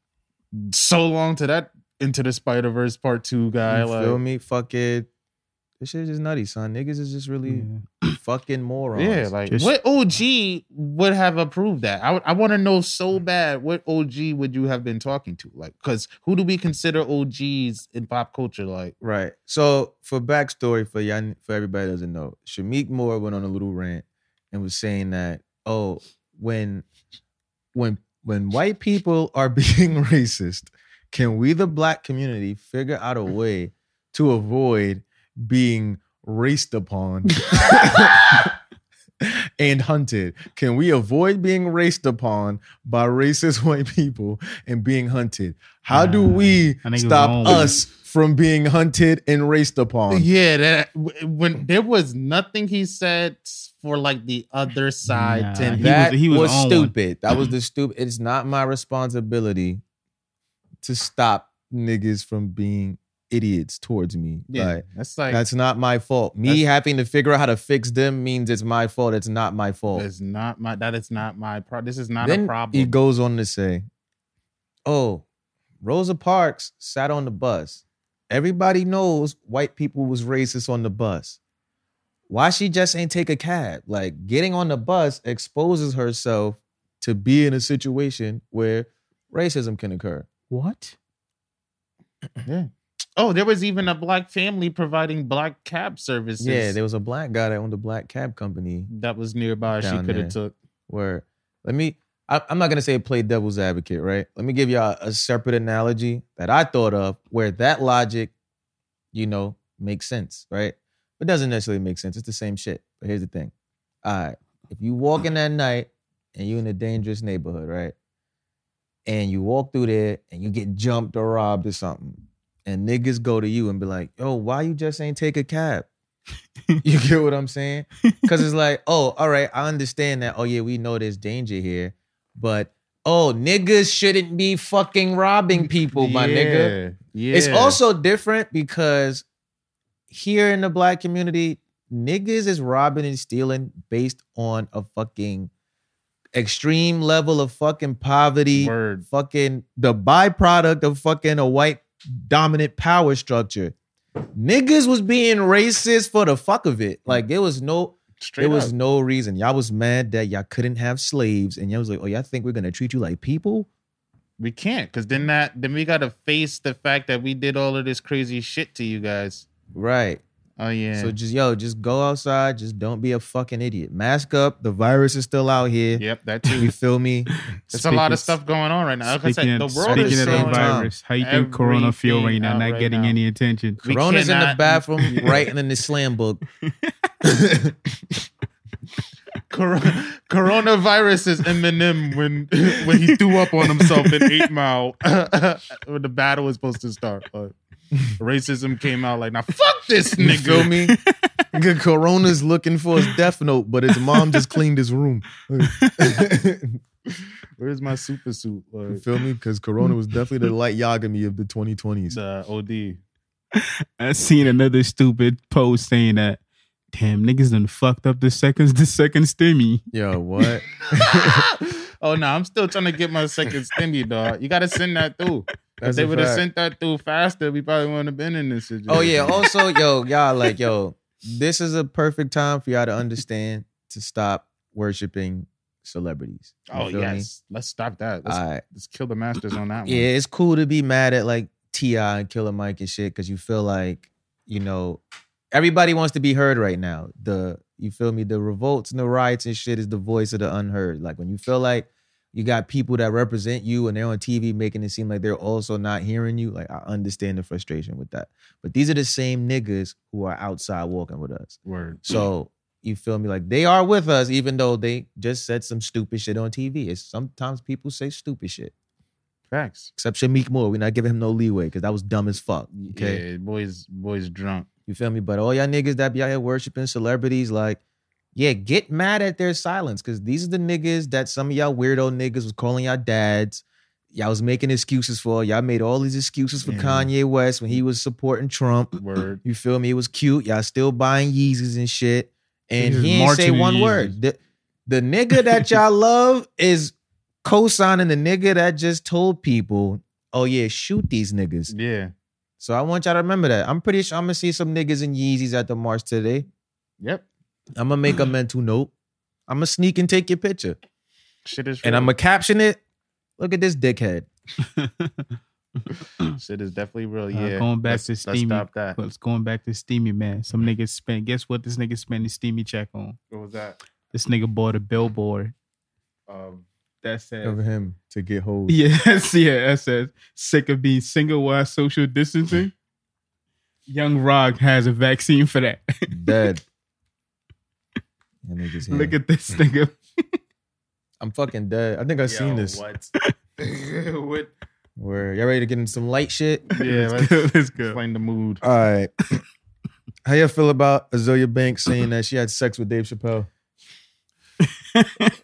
S3: so long to that into the Spider Verse Part Two guy.
S1: You
S3: like,
S1: feel me? Fuck it. This shit is just nutty, son. Niggas is just really
S2: Yeah.
S1: fucking morons.
S3: Yeah, like
S2: Just-
S3: what OG would have approved that? I want to know so bad what OG would you have been talking to? Like, because who do we consider OGs in pop culture? Like,
S1: Right. So for backstory for y'all, for everybody that doesn't know, Shamik Moore went on a little rant and was saying that oh, when when when white people are being racist, can we the black community figure out a way to avoid being raced upon? And hunted. Can we avoid being raced upon by racist white people and being hunted? How do
S2: Nah.
S1: we
S2: I think it was wrong.
S1: stop us from being hunted and raced upon.
S3: yeah, that w- when there was nothing he said for like the other side.
S2: Nah,
S3: to
S2: he
S3: that.
S1: that
S2: was-
S1: was,
S2: he was on one.
S1: stupid. That was the stupid. It's not my responsibility to stop niggas from being idiots towards me.
S3: yeah,
S1: Like,
S3: that's like that's,
S1: that's not my fault. Me having to figure out how to fix them means it's my fault. It's not my fault.
S3: not my that is not my pro. This is not
S1: then
S3: a problem.
S1: He goes on to say, "Oh, Rosa Parks sat on the bus. Everybody knows white people was racist on the bus. Why she just ain't take a cab? Like getting on the bus exposes herself to be in a situation where racism can occur.
S2: What?
S3: Oh, there was even a black family providing black cab services.
S1: yeah, there was a black guy that owned a black cab company
S3: that was nearby. She
S1: Down
S3: could have
S1: there.
S3: took.
S1: where let me I, i'm not going to say play devil's advocate right let me give y'all a separate analogy that i thought of where that logic you know makes sense right but doesn't necessarily make sense it's the same shit but here's the thing all right if you walk in at night and you're in a dangerous neighborhood right and you walk through there and you get jumped or robbed or something and niggas go to you and be like yo why you just ain't take a cab you get what i'm saying Cause it's like, oh, all right, I understand that. Oh yeah, we know there's danger here, but oh, niggas shouldn't be fucking robbing people, my nigga.
S3: Yeah.
S1: It's also different because here in the black community, niggas is robbing and stealing based on a fucking extreme level of fucking poverty,
S3: word.
S1: fucking the byproduct of fucking a white dominant power structure. Niggas was being racist for the fuck of it. Like there was no
S3: Straight
S1: there was
S3: up.
S1: no reason. Y'all was mad that y'all couldn't have slaves, and y'all was like, "Oh, y'all think we're gonna treat you like people?"
S3: We can't, cause then that then we gotta face the fact that we did all of this crazy shit to you guys.
S1: Right.
S3: Oh yeah.
S1: So just yo, just go outside. Just don't be a fucking idiot. Mask up. The virus is still out here.
S3: yep, that
S1: You
S3: too.
S1: feel me?
S3: It's a lot of
S2: Speaking-
S3: stuff going on right now. Like I
S2: Speaking,
S3: said, the
S2: of,
S3: world
S2: speaking
S3: is
S2: of the
S1: so
S3: going on.
S2: virus, how you think Corona feel right
S3: Everything
S2: now?
S3: out
S2: Not
S3: uh, right
S2: getting
S3: now.
S2: any attention.
S3: We
S1: Corona's in the
S3: cannot-
S1: bathroom, writing in the slam book.
S3: Cor- coronavirus is Eminem when when he threw up on himself in Eight Mile when the battle was supposed to start. But racism came out like, now fuck this
S4: You feel
S3: nigga.
S4: me? Nigga, Corona's looking for his death note, but his mom just cleaned his room. you
S3: Where's my super suit? Like,
S4: feel me? Because Corona was definitely the light Yagami of the 2020s.
S3: the OD.
S2: I seen another stupid post saying that. Damn, niggas done fucked up the second the second stimmy.
S4: Yo, what?
S3: oh no, I'm still trying to get my second stimmy, dog. You gotta send that through.
S4: That's
S3: if they
S4: a
S3: would have
S4: fact.
S3: sent that through faster, we probably wouldn't have been in this situation.
S1: Oh yeah. Also, yo, y'all like yo, this is a perfect time for y'all to understand to stop worshiping celebrities. You
S3: Oh
S1: feel me?
S3: yes. Let's stop that. Let's,
S1: All right.
S3: let's kill the masters on that one.
S1: Yeah, it's cool to be mad at like Ti and Killer Mike and shit because you feel like you know everybody wants to be heard right now. The you feel me? The revolts and the riots and shit is the voice of the unheard. Like when you feel like you got people that represent you and they're on TV making it seem like they're also not hearing you. Like I understand the frustration with that, but these are the same niggas who are outside walking with us.
S3: Word.
S1: So you feel me? Like they are with us, even though they just said some stupid shit on TV. It's sometimes people say stupid shit
S3: Facts.
S1: except Shameik Moore. We're not giving him no leeway because that was dumb as fuck. Okay.
S3: Yeah, boys boys drunk.
S1: You feel me? But all y'all niggas that be out here worshiping celebrities, like, yeah, get mad at their silence because these are the niggas that some of y'all weirdo niggas was calling y'all dads. Y'all was making excuses for. Y'all made all these excuses for
S3: Yeah.
S1: Kanye West when he was supporting Trump.
S3: Word.
S1: You feel me? It was cute. Y'all still buying Yeezys and shit. And
S2: Niggas
S1: he ain't
S2: marching
S1: say
S2: to
S1: one
S2: Yeezys.
S1: word. The, the nigga that y'all love is co-signing the nigga that just told people, oh yeah, shoot these niggas.
S3: Yeah.
S1: So I want y'all to remember that. I'm pretty sure I'm gonna see some niggas in Yeezys at the march today.
S3: Yep.
S1: I'm gonna make a mental note. I'm gonna sneak and take your picture.
S3: Shit is
S1: And
S3: real.
S1: I'm gonna caption it. Look at this dickhead.
S3: shit is definitely real.
S2: Uh,
S3: Yeah.
S2: going back
S3: let's,
S2: to
S3: let's
S2: steamy-
S3: stop that.
S2: But it's going back to Steamy man. Some niggas spent. Guess what? This nigga spent his Steamy check on.
S3: What was that?
S2: This nigga bought a billboard
S3: Um,
S2: that
S4: Cover
S2: says,
S4: him to get hold.
S2: "Yes, yeah, that says sick of being single while social distancing." Young Rock has a vaccine for that.
S1: Dead. That nigga's here.
S2: Look at this nigga.
S1: I'm fucking dead. I think I've seen
S3: yo,
S1: this.
S3: What? what?
S1: Where y'all ready to get into some light shit?
S3: Yeah,
S2: let's
S3: let's
S2: go. Let's go.
S3: explain the
S1: Uh,
S3: mood.
S4: All right. How y'all feel about Azealia Banks saying that she had sex with Dave Chappelle?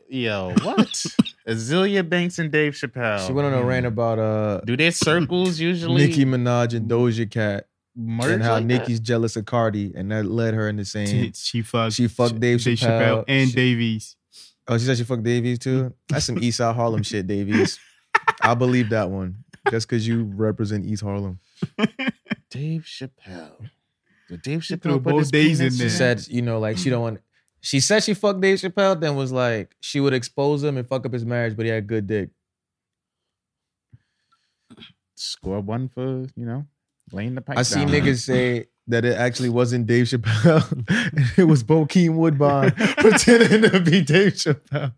S3: Yo, what? Azealia Banks and Dave Chappelle.
S1: She went on a
S3: Hmm.
S1: rant about uh
S3: Do their circles usually
S4: Nicki Minaj and Doja Cat,
S3: merge
S1: and how
S3: like that?
S1: Nicki's jealous of Cardi, and that led her into saying
S2: She fucked.
S1: she fucked Dave
S2: Dave
S1: Chappelle.
S2: Chappelle and
S1: She-
S2: Davies.
S1: Oh, she said she fucked Davies too. That's some East Side Harlem shit, Davies.
S4: I believe that one. Just because you represent East Harlem.
S3: Dave Chappelle? Did Dave
S2: She
S3: Chappelle
S2: threw
S3: put
S2: both
S3: his
S2: days
S3: penis
S1: She
S2: in there.
S1: said, you know, like she don't want. She said she fucked Dave Chappelle, then was like she would expose him and fuck up his marriage, but he had good dick.
S3: Score one for you know laying the pipe.
S1: I see
S3: down.
S1: niggas say
S4: That it actually wasn't Dave Chappelle. it was Bokeem Woodbine pretending to be Dave Chappelle.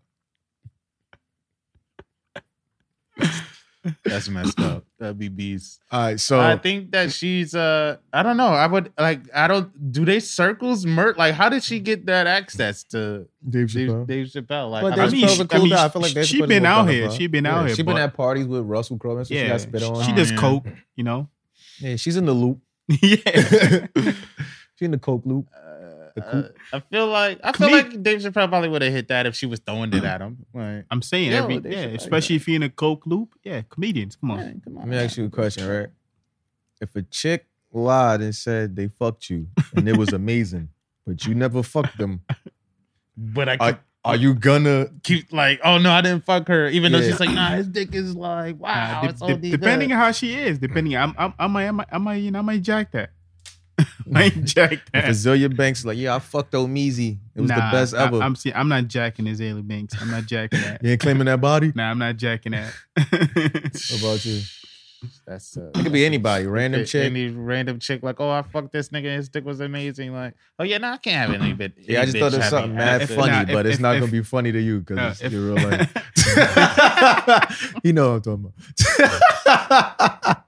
S3: That's messed up. That'd be beast.
S4: All right, so
S3: I think that she's uh I don't know. I would like I don't do they circles merge like how did she get that access to
S4: Dave
S3: Dave,
S4: Chappelle.
S3: Dave Chappelle? Like
S1: But
S3: I
S1: Dave I
S3: don't-
S1: mean, Chappelle's a cool guy. I feel like Dave
S2: she
S1: Chappelle's
S2: been
S1: a
S2: out
S1: dope
S2: here.
S1: guy.
S2: She been out
S1: yeah,
S2: here.
S1: she been
S2: but-
S1: at parties with Russell Crowe, and so she
S2: yeah,
S1: got spit on.
S2: she
S3: Oh,
S2: does
S3: yeah.
S2: coke. You know.
S1: yeah, she's in the loop.
S2: yeah.
S1: She in the coke loop.
S3: uh, uh, I feel like I feel
S2: Me-
S3: like Dave Chappelle probably would have hit that if she was throwing it at him. Like,
S2: I'm saying
S3: Yo,
S2: every
S3: they
S2: yeah,
S3: should-
S2: especially if you're in a coke loop. Yeah, comedians. Come on. Uh,
S3: man, come on.
S1: Let me
S3: man.
S1: ask you a question, right?
S4: If a chick lied and said they fucked you and it was amazing, but you never fucked them,
S3: But I
S4: are,
S3: keep,
S4: are you gonna
S3: keep like, oh no, I didn't fuck her, even though
S4: Yeah.
S3: she's like, nah, his dick is like,
S2: Nah,
S3: wow,
S2: de-
S3: it's uh,
S2: de-
S3: OD good.
S2: depending on how she is, depending, I'm, I'm, I might, I might, I might, you know, I might jack that. I might jack
S4: If
S2: that.
S4: Azealia Banks is like, yeah, I fucked Omeezy. It was
S2: Nah,
S4: the best ever.
S2: I, am see, I'm not jacking Azalea Banks. I'm not jacking that.
S4: you ain't claiming that body?
S2: Nah, I'm not jacking that.
S4: What about you?
S3: That's uh,
S1: It could be anybody, random
S3: Any-
S1: chick.
S3: Any random chick, like, oh, I fucked this nigga. His dick was amazing. Like, oh yeah, no, I can't have any bit.
S1: Yeah, I just thought it was something mad
S2: if-
S1: funny,
S2: nah, if-
S1: but it's
S2: if-
S1: not
S2: if-
S1: gonna be funny to you because
S2: Nah,
S1: it's
S2: if-
S1: your real life. you know what I'm talking about.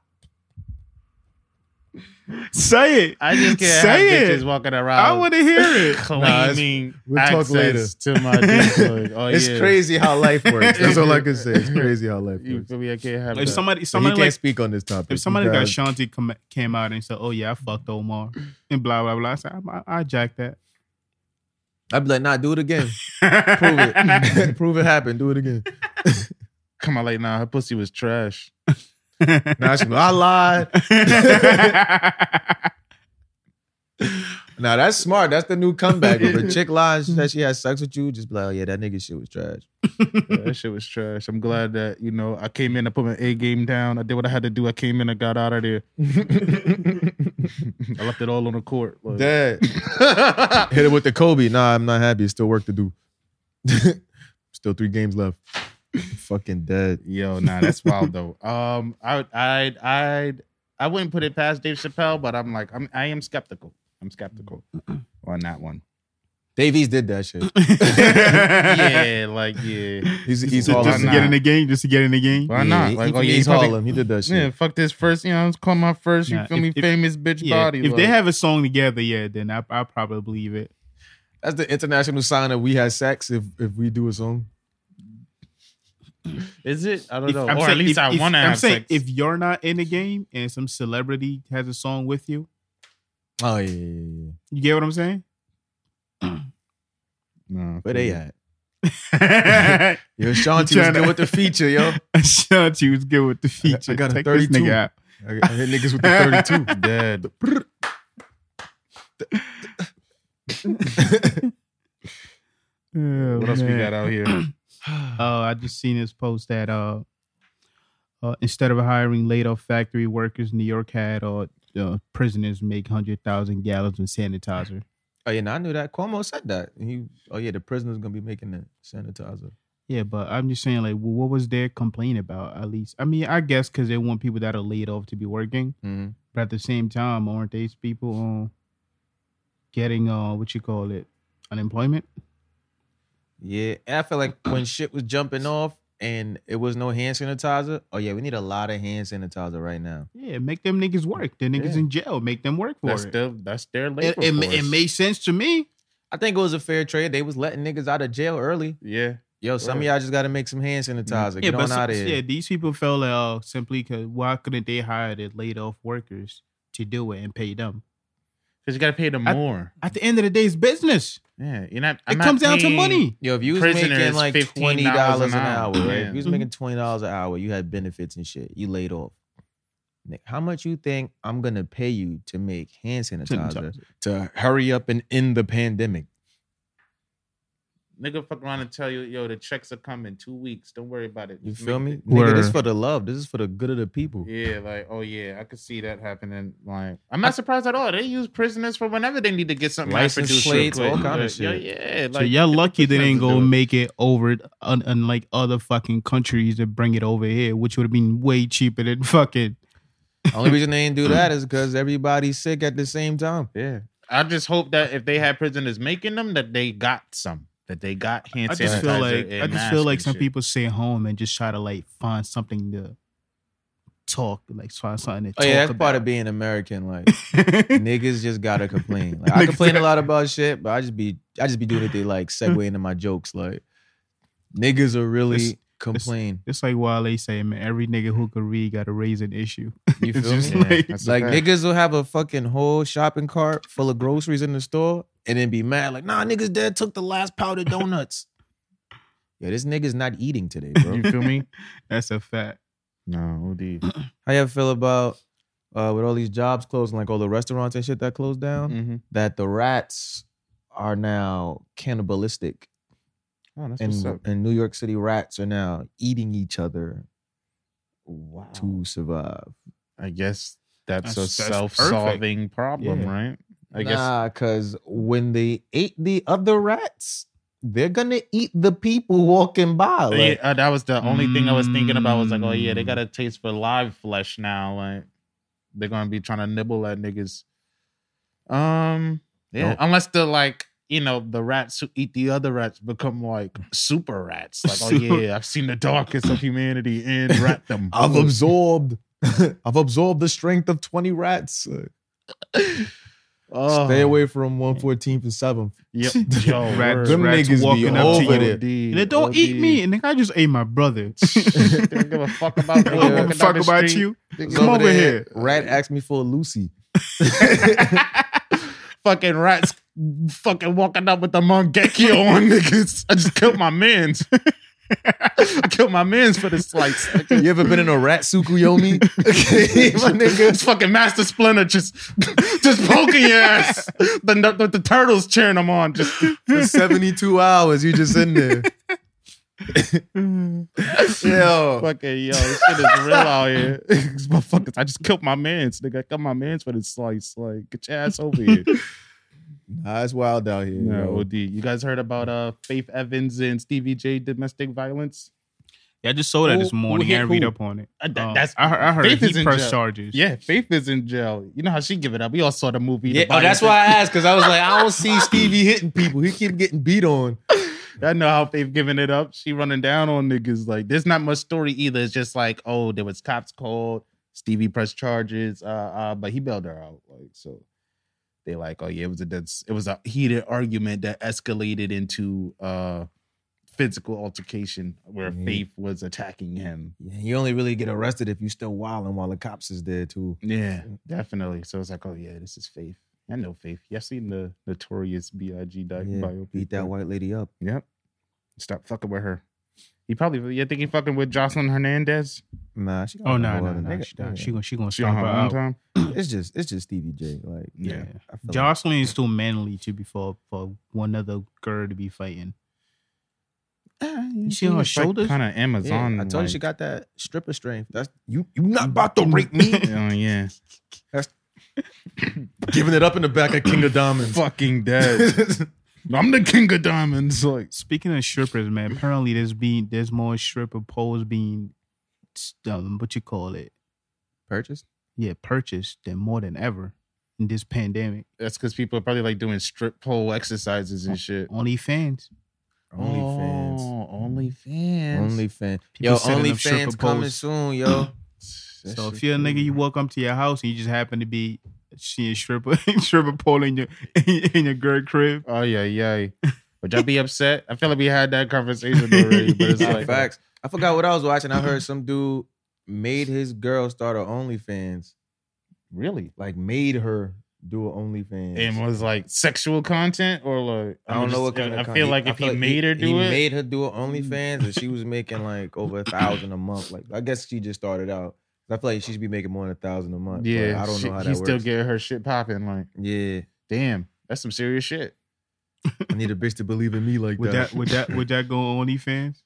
S2: Say it.
S3: I just can't
S2: Say
S3: have
S2: it.
S3: bitches walking around.
S2: I want to hear it.
S3: claiming
S1: we'll talk
S3: access
S1: later.
S3: to my dick. Like, oh
S1: it's
S3: yeah,
S1: crazy how life works. That's all I can say. It's crazy how life
S3: You
S1: works.
S3: feel me? I can't have.
S2: If
S3: that.
S2: somebody,
S1: So he
S2: somebody
S1: can't
S2: like,
S1: speak on this topic.
S2: if somebody
S1: You
S2: like
S1: guys-
S2: Shanti come, came out and said, "Oh yeah, I fucked Omar," and blah blah blah, I said, I, I, I jacked that.
S1: I'd be like, nah, do it again. Prove it. Prove it happened. Do it again.
S3: come on, like, nah, her pussy was trash.
S1: Nah, she, I lied. Nah, that's smart. That's the new comeback. If a chick lies that she had sex with you, just be like, oh, yeah, that nigga shit was trash.
S3: Yeah, that shit was trash. I'm glad that you know I came in. I put my A game down. I did what I had to do. I came in. I got out of there. I left it all on the court. Like,
S1: Dad. Hit it with the Kobe. Nah, I'm not happy. Still work to do. Still three games left. Fucking dead.
S3: Yo, nah, that's wild though. Um, I, I, I, I wouldn't put it past Dave Chappelle, but I'm like, I'm, I am skeptical. I'm skeptical on that one.
S1: Davies did that shit.
S3: yeah, like yeah.
S1: He's he's
S2: So
S1: Harlem.
S2: just to
S3: nah.
S2: get in the game, just to get in the game.
S3: Why
S1: Yeah,
S3: not?
S1: he-
S3: Like,
S1: he,
S3: oh yeah,
S1: he's
S3: he's probably,
S1: Harlem. He did that shit.
S3: yeah. Fuck this first. You know, let's call my first.
S2: Nah,
S3: you feel
S2: if-
S3: me?
S2: if-
S3: famous bitch
S2: Yeah,
S3: body.
S2: if
S3: like-
S2: they have a song together, yeah, then I I probably believe it.
S1: That's the international sign that we had sex if if we do a song.
S3: is it? I don't
S2: If-
S3: know.
S2: I'm
S3: or at
S2: saying
S3: least
S2: if-
S3: I
S2: if-
S3: want to
S2: I'm
S3: have
S2: saying
S3: sex.
S2: if you're not in the game and some celebrity has a song with you,
S1: Oh yeah, yeah, yeah. yeah.
S2: you get what I'm saying?
S3: no,
S1: Where they at?
S2: Ashanti
S1: Yo, Shanti was
S2: tryna-
S1: good with the feature, yo.
S2: was good with the feature.
S1: I got a
S2: Take this
S1: 32.
S2: nigga out.
S1: I, I hit niggas with the 32.
S3: dead.
S2: Oh,
S3: What else we
S2: man.
S3: got out here?
S2: Uh, I just seen this post that uh, uh, instead of hiring laid off factory workers, New York had uh, uh, prisoners make hundred thousand gallons of sanitizer.
S1: Oh yeah, no, I knew that. Cuomo said that. He, oh yeah, the prisoner's gonna be making the sanitizer.
S2: Yeah, but I'm just saying, like, well, what was their complaint about? At least, I mean, I guess because they want people that are laid off to be working,
S1: Mm-hmm.
S2: but at the same time, aren't these people uh, getting uh, what you call it, unemployment?
S1: Yeah, and I feel like when shit was jumping off and it was no hand sanitizer. Oh yeah, we need a lot of hand sanitizer right now.
S2: Yeah, make them niggas work. The niggas
S1: Yeah.
S2: in jail, make them work for
S3: That's
S2: it.
S3: their that's their labor
S2: It, it, ma-
S3: force.
S2: it made sense to me.
S1: I think it was a fair trade. They was letting niggas out of jail early.
S3: yeah.
S1: Yo, some
S3: Right.
S1: of y'all just gotta make some hand sanitizer. Get on
S2: so-
S1: out of here.
S2: yeah, these people felt like oh, simply because why couldn't they hire the laid off workers to do it and pay them?
S3: Because you got to pay them
S2: I-
S3: more.
S2: At the end of the day, it's business.
S3: yeah, you're not.
S2: it
S3: I'm not
S2: comes down to
S3: paying-
S2: money.
S1: Yo, if you was
S3: Prisoner
S1: making
S3: is
S1: like
S3: $15
S1: twenty
S3: an
S1: dollars an
S3: hour.
S1: hour, right?
S3: Yeah.
S1: If you was making twenty dollars an hour, you had benefits and shit. You laid off. Nick, How much you think I'm gonna pay you to make hand sanitizer to hurry up and end the pandemic?
S3: Nigga, fuck around and tell you, yo, the checks are coming two weeks. Don't worry about it.
S1: You
S3: Just
S1: feel
S3: make
S1: me?
S3: it.
S1: Nigga, this
S2: Word.
S1: for the love. This is for the good of the people.
S3: Yeah, like, oh yeah, I could see that happening. Like, I'm not surprised at all. They use prisoners for whenever they need to get something.
S1: License
S3: produced real
S1: plates, all
S3: quick.
S1: kind of
S3: But, yo,
S1: shit.
S3: Yeah, like,
S2: so y'all lucky they didn't
S3: prisoners
S2: go
S3: do it.
S2: make it over, un- unlike other fucking countries that bring it over here, which would have been way cheaper than fucking.
S1: Only reason they didn't
S2: Mm.
S1: do that is because everybody's sick at the same time.
S3: Yeah, I just hope that if they had prisoners making them, that they got some, that they got hand
S2: I
S3: sanitizer.
S2: just feel like
S3: and
S2: I just
S3: masks
S2: feel like
S3: and
S2: some
S3: shit.
S2: people stay home and just try to like find something to talk, like find something to
S1: Oh
S2: talk
S1: yeah, that's
S2: about.
S1: part of being American. Like niggas just gotta complain. Like, I
S2: Niggas
S1: complain a lot about shit, but I just be I just be doing it. They like segue into my jokes. Like niggas are really
S2: It's-
S1: complain.
S2: It's like Wale say, man, every nigga who can read got to raise an issue.
S1: You
S2: It's
S1: feel
S2: just
S1: me?
S2: like-
S3: that's a
S1: Like
S3: fact.
S1: niggas will have a fucking whole shopping cart full of groceries in the store and then be mad like, nah, niggas dad took the last powdered donuts. Yo, this nigga's not eating today, bro.
S3: you feel me?
S2: That's a fact.
S3: No, OD.
S1: How y'all feel about uh, with all these jobs closing, like all the restaurants and shit that closed down,
S3: Mm-hmm.
S1: that the rats are now cannibalistic
S3: Oh, that's what's
S1: and
S3: up.
S1: and New York City rats are now eating each other
S3: Wow.
S1: to survive.
S3: I guess that's,
S2: That's-
S3: a
S2: that's
S3: self-solving problem,
S2: Yeah.
S3: right? I guess
S1: nah, because when they ate the other rats, they're gonna eat the people walking by. Like,
S3: Yeah, uh, that was the only thing I was thinking about. Was like, oh yeah, they got a taste for live flesh now. Like they're gonna be trying to nibble at niggas. Um, yeah,
S1: Nope.
S3: unless the like you know the rats who eat the other rats become like super rats. Like oh
S2: Super-
S3: yeah, I've seen the darkest of humanity in ratdom.
S1: I've absorbed, I've absorbed the strength of twenty rats. Like,
S3: Oh,
S1: Stay away from one fourteenth and seventh.
S3: Yep. Yo,
S2: Rat-
S3: word.
S1: Them
S2: rats
S1: niggas be
S2: walking up to
S1: over
S2: you.
S1: there.
S3: OD,
S2: And it don't eat
S3: OD.
S2: me, and then I just ate my brother.
S3: they don't give a fuck about
S2: I don't give
S3: me. walking
S2: a
S3: down
S2: fuck
S3: the
S2: about
S3: street.
S2: you.
S3: They give
S1: It's
S3: a
S2: Come over
S1: there.
S2: here.
S1: Rat asked me for a Lucy.
S3: fucking rats fucking walking up with the Mongekio on niggas. I just killed my mans. I killed my mans for the slice. nigga.
S1: You ever been in a rat sukuyomi?
S3: My nigga, it's fucking Master Splinter just just poking your ass. The, the, the turtles cheering them on. Just
S1: For 72 hours, you just in there. Yo.
S3: fucking yo, this shit is real out here. These Motherfuckers, I just killed my mans, nigga. I killed my mans for the slice. Like, get your ass over here.
S1: Nah, it's wild out here.
S3: No,
S1: yo.
S3: OD. You guys heard about uh Faith Evans and Stevie J domestic violence?
S2: Yeah, I just saw that
S3: Who-
S2: this
S3: who
S2: morning. I
S3: hit
S2: didn't read
S3: who?
S2: up on it.
S3: Uh, that-
S2: Um,
S3: that's-
S2: I heard, I heard
S3: Faith is
S2: he
S3: in
S2: pressed
S3: jail.
S2: charges.
S3: Yeah, Faith is in jail. You know how she give it up. We all saw the movie. The
S1: Yeah, oh,
S3: Body
S1: that's why I asked because I was like, I don't see Stevie hitting people. He keep getting beat on.
S3: I know how Faith giving it up. She running down on niggas. Like, there's not much story either. It's just like, oh, there was cops called. Stevie pressed charges. Uh, uh, but he bailed her out. Like, so they like, oh yeah, it was a that's it was a heated argument that escalated into uh physical altercation where
S1: Mhm.
S3: Faith was attacking him.
S1: Yeah, you only really get arrested if you still wilding while the cops is there too.
S3: Yeah, definitely. So it's like, oh yeah, this is Faith. I know Faith. Y'all seen the notorious B.I.G. Di-
S1: Yeah,
S3: biopic?
S1: beat that
S3: right?
S1: white lady up.
S3: Yep. Stop fucking with her. He probably you think he fucking with Jocelyn Hernandez?
S1: Nah, she got
S2: Oh
S1: a
S2: no,
S1: whole
S2: no,
S1: other
S2: no.
S1: nigga.
S2: She gonna
S1: Yeah.
S2: she gonna, she gonna
S3: She on
S2: stomp
S3: her
S2: her
S3: own
S2: out.
S3: time.
S1: it's just it's just Stevie J. Like,
S3: Yeah.
S2: Yeah.
S1: I feel like-
S2: Jocelyn's too manly to be for for one other girl to be fighting.
S3: You
S2: Uh, see her shoulders?
S3: kind of Amazon.
S1: Yeah, I told you she
S3: like-
S1: got that stripper strength. That's you. You not about to rape me.
S3: Oh yeah,
S1: Giving it up in the back of King of Diamonds.
S3: fucking dead. I'm the king of diamonds. Like
S2: Speaking of strippers, man, apparently there's being there's more stripper poles being um, what you call it,
S1: Purchase.
S2: yeah, purchased than more than ever in this pandemic.
S3: that's because people are probably like doing strip pole exercises and shit.
S2: OnlyFans,
S1: OnlyFans.
S3: only fans.
S1: Oh, OnlyFans.
S2: People
S1: Yo,
S2: setting up stripper
S1: OnlyFans coming
S2: poles.
S1: soon, yo.
S2: So if you're a nigga, you walk up to your house and you just happen to be seeing stripper stripper pole in your in your girl crib.
S3: Oh yeah, yeah. Would y'all be upset? I feel like we had that conversation already, but it's
S2: Yeah,
S3: like
S1: Facts. I forgot what I was watching. I heard some dude made his girl start a OnlyFans.
S3: really.
S1: Like made her do a OnlyFans.
S3: And was like sexual content or like
S1: I don't
S3: I'm
S1: know
S3: just-
S1: what kind of.
S3: I
S1: con-
S3: feel
S1: he-
S3: like if he,
S1: he-
S3: made her do
S1: he
S3: it,
S1: made her do an OnlyFans, and she was making like over a thousand a month. Like I guess she just started out. I feel like she should be making more than a thousand a month. but
S3: yeah,
S1: I don't
S3: she-
S1: know how
S3: he
S1: that
S3: still
S1: works.
S3: get her shit popping. Like,
S1: yeah,
S3: damn, that's some serious shit.
S1: I need a bitch to believe in me like
S2: Would
S1: that.
S2: that would that would that go on OnlyFans?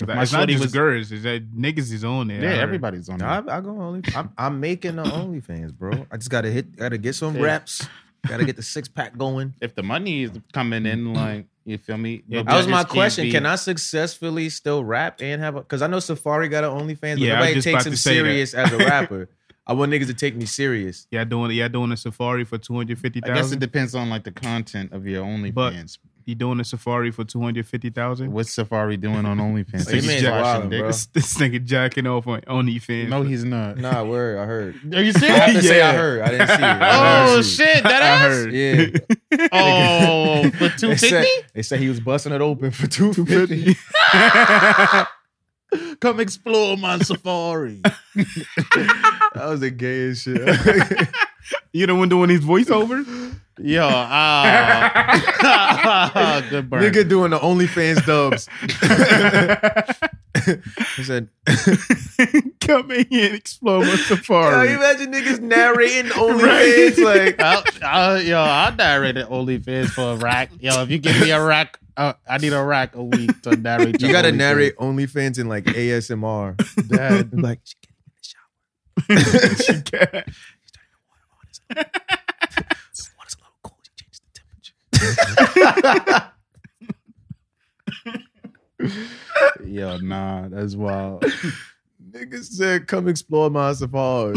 S3: If my
S2: Because it's not
S3: shorty
S2: just
S3: was-
S2: girls. Is that niggas is on there?
S3: Yeah,
S2: I heard.
S3: everybody's on
S1: Nah,
S3: that.
S1: I, I go only. I'm, I'm making the OnlyFans, bro. I just gotta hit. Gotta get some
S3: Yeah.
S1: reps. Gotta get the six pack going.
S3: If the money is coming in, like you feel me?
S2: Yeah,
S3: But
S1: Mm-hmm. That was
S3: it
S1: my
S3: just can't
S1: question.
S3: be-
S1: Can I successfully still rap and have a? Because I know Safari got an OnlyFans, but
S2: Yeah, I was
S1: nobody
S2: just
S1: takes
S2: about
S1: him
S2: to say that.
S1: serious as a rapper. I want niggas to take me serious.
S2: Y'all doing y'all doing a safari for two hundred fifty
S3: I guess it
S2: thousand.
S3: depends on like the content of your OnlyFans.
S2: You doing a safari for two hundred fifty thousand?
S3: What's Safari doing on OnlyFans?
S1: Hey,
S3: He's
S1: man,
S3: washing
S1: wild,
S3: dick.
S1: bro.
S2: This, this nigga jacking off on OnlyFans.
S3: No, he's not.
S1: Nah, word. I heard.
S3: Are you
S1: I have to
S3: serious?
S1: say I
S2: Yeah.
S1: heard. I didn't see it. I
S3: Oh
S1: heard you.
S3: shit, that
S2: I
S3: ass.
S2: heard.
S1: Yeah.
S3: Oh, for two
S1: They said,
S3: fifty.
S1: they said he was busting it open for two fifty.
S3: Come explore my safari.
S1: That was a gay as shit.
S2: you the one doing these voiceovers.
S3: Yo, ah, good burn.
S1: Nigga doing the OnlyFans dubs. he said,
S2: Come in here and explore my safari.
S1: Can you imagine niggas narrating OnlyFans? Like,
S3: I'll, I'll, uh, yo, I narrated OnlyFans for a rack. Yo, if you give me a rack, uh, I need a rack a week to narrate.
S1: you
S3: your
S1: gotta
S3: OnlyFans.
S1: narrate OnlyFans in like ASMR.
S3: That-
S1: like,
S3: Yo, nah, that's wild.
S1: Nigga said, come explore my safari.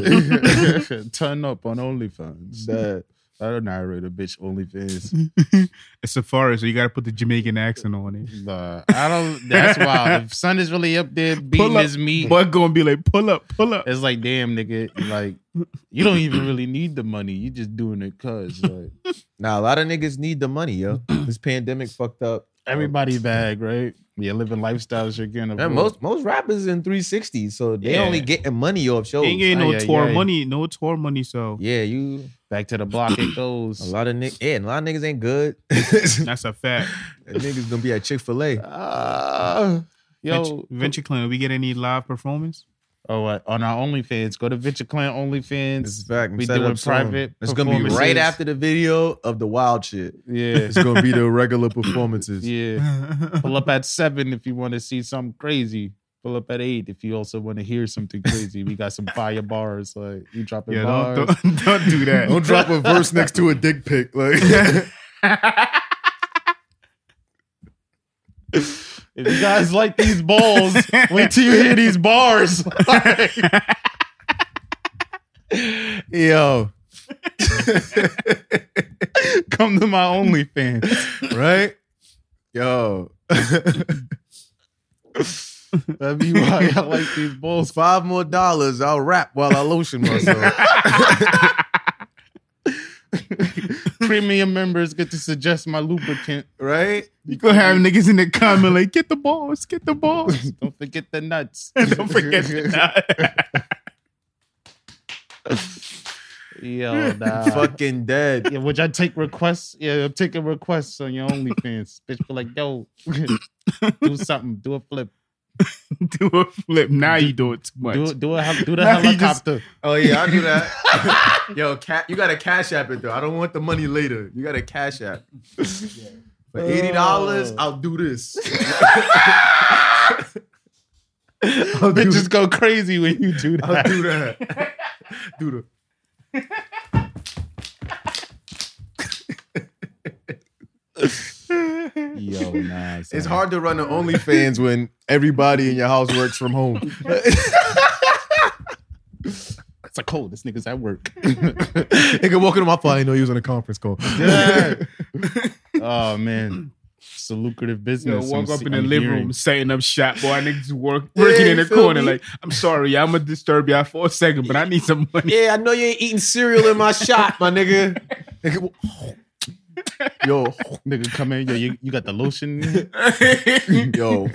S3: Turn up on OnlyFans. That I don't narrate a bitch OnlyFans.
S2: it's safari, so you got to put the Jamaican accent on it.
S3: Nah, I don't. That's wild. If Sun is really up there beating
S2: Pull up.
S3: his meat,
S2: Boy, gonna be like, pull up, pull up.
S3: it's like damn, nigga. Like you don't even really need the money. You just doing it cause like
S1: nah, a lot of niggas need the money, yo. This pandemic fucked up.
S3: everybody bag, right? Yeah, living lifestyles you're getting.
S1: Man, most most rappers in 360, so they
S3: Yeah.
S1: only getting money off shows.
S2: Ain't getting no
S3: Aye, aye,
S2: tour
S3: aye.
S2: money, no tour money. So
S1: Yeah, you
S3: back to the block it
S1: a
S3: goes.
S1: lot of niggas, yeah, and a lot of niggas ain't good. That
S2: that's a fact.
S1: niggas gonna be at Chick Fil A.
S3: Ah,
S2: Venture,
S3: yo,
S2: Venture Clan, we get any live performance?
S3: Oh, uh, on our OnlyFans, go to Venture Clan
S1: This is
S3: OnlyFans.
S1: fact. I'm
S3: We
S1: setting
S3: doing
S1: up soon.
S3: private
S1: It's gonna be right
S3: performances.
S1: after the video of the wild shit.
S3: Yeah,
S1: It's gonna be the regular performances.
S3: yeah. Pull up at seven if you want to see something crazy. Pull up at eight if you also want to hear something crazy. We got some fire bars. Like you dropping
S2: yeah,
S3: bars.
S2: don't, don't, don't do that.
S1: Don't drop a verse next to a dick pic. Like
S3: If you guys like these balls, wait till you hear these bars.
S1: yo,
S3: Come to my OnlyFans.
S1: right? Yo.
S3: That'd be why I like these balls.
S1: Five more dollars, I'll rap while I lotion myself.
S3: Premium members get to suggest my lubricant.
S1: right?
S2: You gonna have niggas in the comment like, get the balls, get the balls.
S3: Don't forget the nuts.
S2: Don't forget that.
S3: Yo, nah.
S1: Fucking dead.
S3: Yeah, which I take requests. Yeah, I'm taking requests on your OnlyFans. Bitch, be like, yo, do something, do a flip,
S2: do a flip. Now you do it too much.
S3: do do a hel- do the
S2: Nah, you just-
S3: helicopter.
S1: Oh yeah, I'll do that. Yo, ca- you gotta cash app it though. I don't want the money later. You gotta cash app. For eighty dollars, I'll do this. I'll do,
S3: Bitches go crazy when you do
S1: I'll
S3: that.
S1: do that. Do the
S3: Yo, nah,
S1: It's hard to run an OnlyFans when everybody in your house works from home.
S3: It's a cold. This niggas at work.
S1: they could walk into my phone. I didn't know he was on a conference call.
S3: oh man, it's a lucrative
S2: Yo,
S3: business.
S2: walk
S3: I'm
S2: up
S3: se-
S2: in the
S3: I'm
S2: living
S3: hearing-
S2: room, setting up shop, boy. Niggas work, working in
S1: you
S2: the
S1: feel
S2: corner.
S1: me?
S2: Like, I'm sorry, I'm gonna disturb y'all for a second, but I need some money.
S1: Yeah, I know you ain't eating cereal in my shop, my nigga. Yo,
S3: Nigga, come in. Yo, you, you got the lotion? in here?
S1: yo,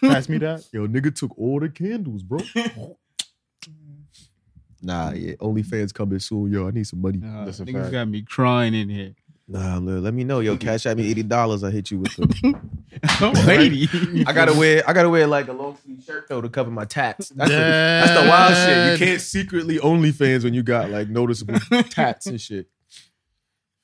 S3: Pass me that.
S1: yo, nigga took all the candles, bro. Nah, yeah, OnlyFans coming soon, yo. I need some money.
S2: Nah,
S3: That's a
S2: niggas
S3: fact.
S2: got me crying in here.
S1: Nah, li- let me know, yo. Cash at me eighty dollars. I hit you with them.
S2: Oh, lady.
S1: I gotta wear, I gotta wear like a long sleeve shirt though to cover my tats. That's, the,
S3: That's
S1: that's the wild shit. You can't secretly OnlyFans when you got like noticeable tats and shit.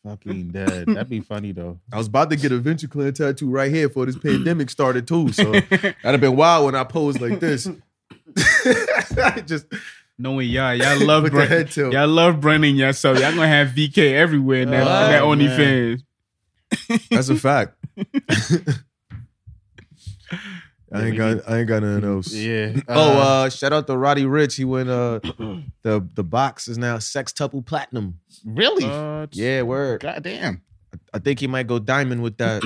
S3: Fucking dead. That'd be funny though.
S1: I was about to get a Venture Clan tattoo right here before this pandemic started too. So that'd have been wild when I posed like this. I just
S2: Knowing y'all, y'all love
S1: with the
S2: Brent.
S1: head tilt.
S2: Y'all love branding yourself. Y'all gonna have VK everywhere in that,
S3: Oh,
S2: in that
S3: man.
S2: OnlyFans.
S1: That's a fact. I
S3: Yeah, we
S1: ain't got I ain't got nothing else.
S3: Yeah.
S1: Oh, uh, shout out to Roddy Rich. He went uh the the box is now sextuple platinum.
S3: really?
S1: uh, Yeah, word.
S3: Goddamn.
S1: I think he might go diamond with that.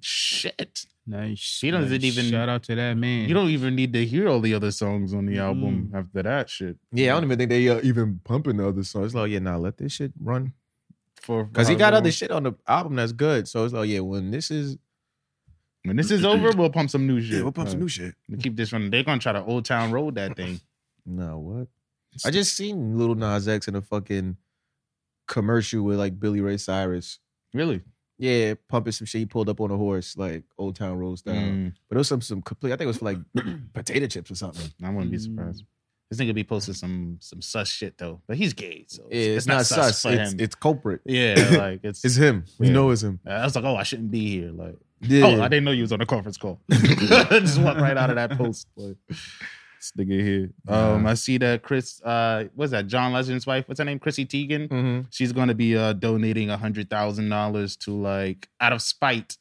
S3: Shit.
S2: Nice.
S3: He doesn't
S2: nice.
S3: even-
S2: shout out to that man.
S3: You don't even need to hear all the other songs on the album after that shit.
S1: Mm. yeah, I don't even think they uh, even pumping the other songs. It's like, oh, yeah, nah, let this shit run.
S3: For
S1: Cause he got
S3: however
S1: other shit on the album that's good. So it's like, oh, yeah, when this is
S3: When this is over, we'll pump some new shit.
S1: yeah, we'll pump some
S3: Uh,
S1: new shit.
S3: we'll keep this running. They're gonna try to Old Town Road that thing.
S1: No, what? I just seen Little Nas X in a fucking commercial with like Billy Ray Cyrus.
S3: Really?
S1: Yeah, pumping some shit. He pulled up on a horse, like Old Town Road style.
S3: Mm,
S1: But it was some some complete. I think it was for like potato chips or something.
S3: I wouldn't be surprised. This nigga be posting some some sus shit though, but he's gay, so
S1: Yeah, it's, not, sus.
S3: for
S1: It's,
S3: him.
S1: it's culprit.
S3: yeah, like it's.
S1: It's him.
S3: Yeah.
S1: You know it's him.
S3: I was like, oh, I shouldn't be here. Like,
S1: Yeah.
S3: oh, I didn't know you was on a conference call. Just walked right out of that post. Like, this nigga here. Um, I see that Chris. Uh, what's that? John Legend's wife. What's her name? Chrissy Teigen.
S1: Mhm.
S3: she's going to be uh, donating a hundred thousand dollars to like out of spite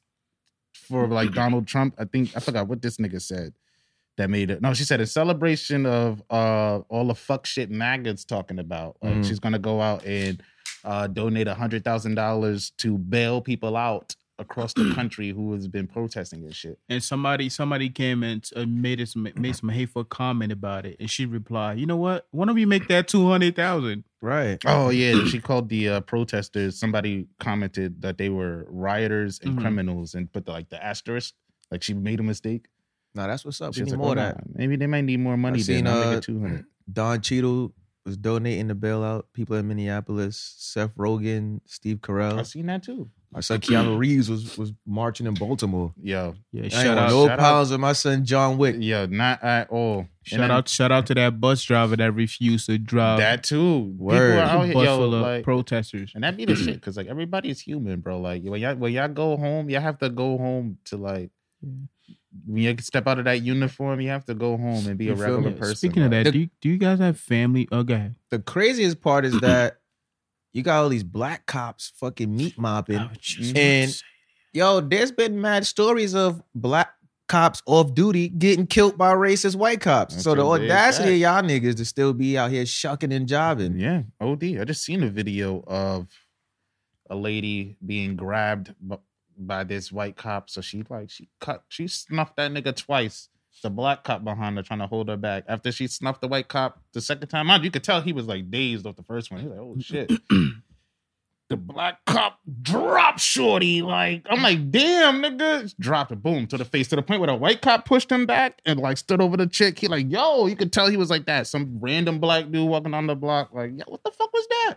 S3: for like Donald Trump. I think I forgot what this nigga said that made it. No, she said a celebration of uh all the fuck shit maggots talking about. Like
S1: Mm.
S3: she's gonna go out and uh donate a hundred thousand dollars to bail people out across the country who has been protesting and shit.
S2: and somebody somebody came and uh, made us made some hateful comment about it, and she replied, "You know what? Why don't we make that two hundred thousand?
S1: Right.
S3: Oh yeah, she called the uh, protesters. Somebody commented that they were rioters and
S2: Mhm.
S3: criminals, and put the, like the asterisk. Like she made a mistake.
S1: Now that's what's up.
S3: She
S1: we
S3: was
S1: need
S3: like,
S1: more
S3: oh,
S1: of that.
S3: nah, maybe they might need more money.
S1: I've
S3: Then
S1: seen,
S3: I'll make
S1: uh,
S3: it two hundred.
S1: Don Cheadle was donating to bail out people in Minneapolis. Seth Rogen, Steve
S3: I
S1: Carell.
S3: seen that too.
S1: Our son Keanu Reeves was was marching in Baltimore.
S3: Yo,
S2: Yeah,
S1: I
S2: shout
S1: ain't want
S2: out,
S1: no
S3: shout out.
S1: pounds of my son John Wick.
S3: yo, not at all.
S2: shout out, shout out to that bus driver that refused to drive
S3: that too.
S1: uh, Word.
S3: People are out
S2: a
S3: here,
S2: bus
S3: yo,
S2: full of
S3: like,
S2: protesters.
S3: and that be the shit. Cause like everybody's human, bro. Like when y'all when y'all go home, y'all have to go home to like. When you step out of that uniform, you have to go home and be
S1: You
S3: a
S1: feel
S3: regular
S1: me?
S3: person.
S2: Speaking of
S3: like,
S2: that, do you, do you guys have family? Oh, Okay,
S1: The craziest part is that you got all these black cops fucking meat mopping. And yo, there's been mad stories of black cops off duty getting killed by racist white cops.
S3: That's
S1: so the
S3: a big
S1: audacity of y'all niggas to still be out here shucking and jiving.
S3: Yeah, OD. I just seen a video of a lady being grabbed b- by this white cop. So she like she cut she snuffed that nigga twice. The black cop behind her trying to hold her back. After she snuffed the white cop the second time, mind you, you could tell he was like dazed off the first one. He's like, "Oh shit." The black cop dropped Shorty. Like, I'm like, damn, nigga. Dropped a boom to the face to the point where the white cop pushed him back and like stood over the chick. He like, yo, you could tell he was like that. Some random black dude walking on the block. Like, yo, what the fuck was that?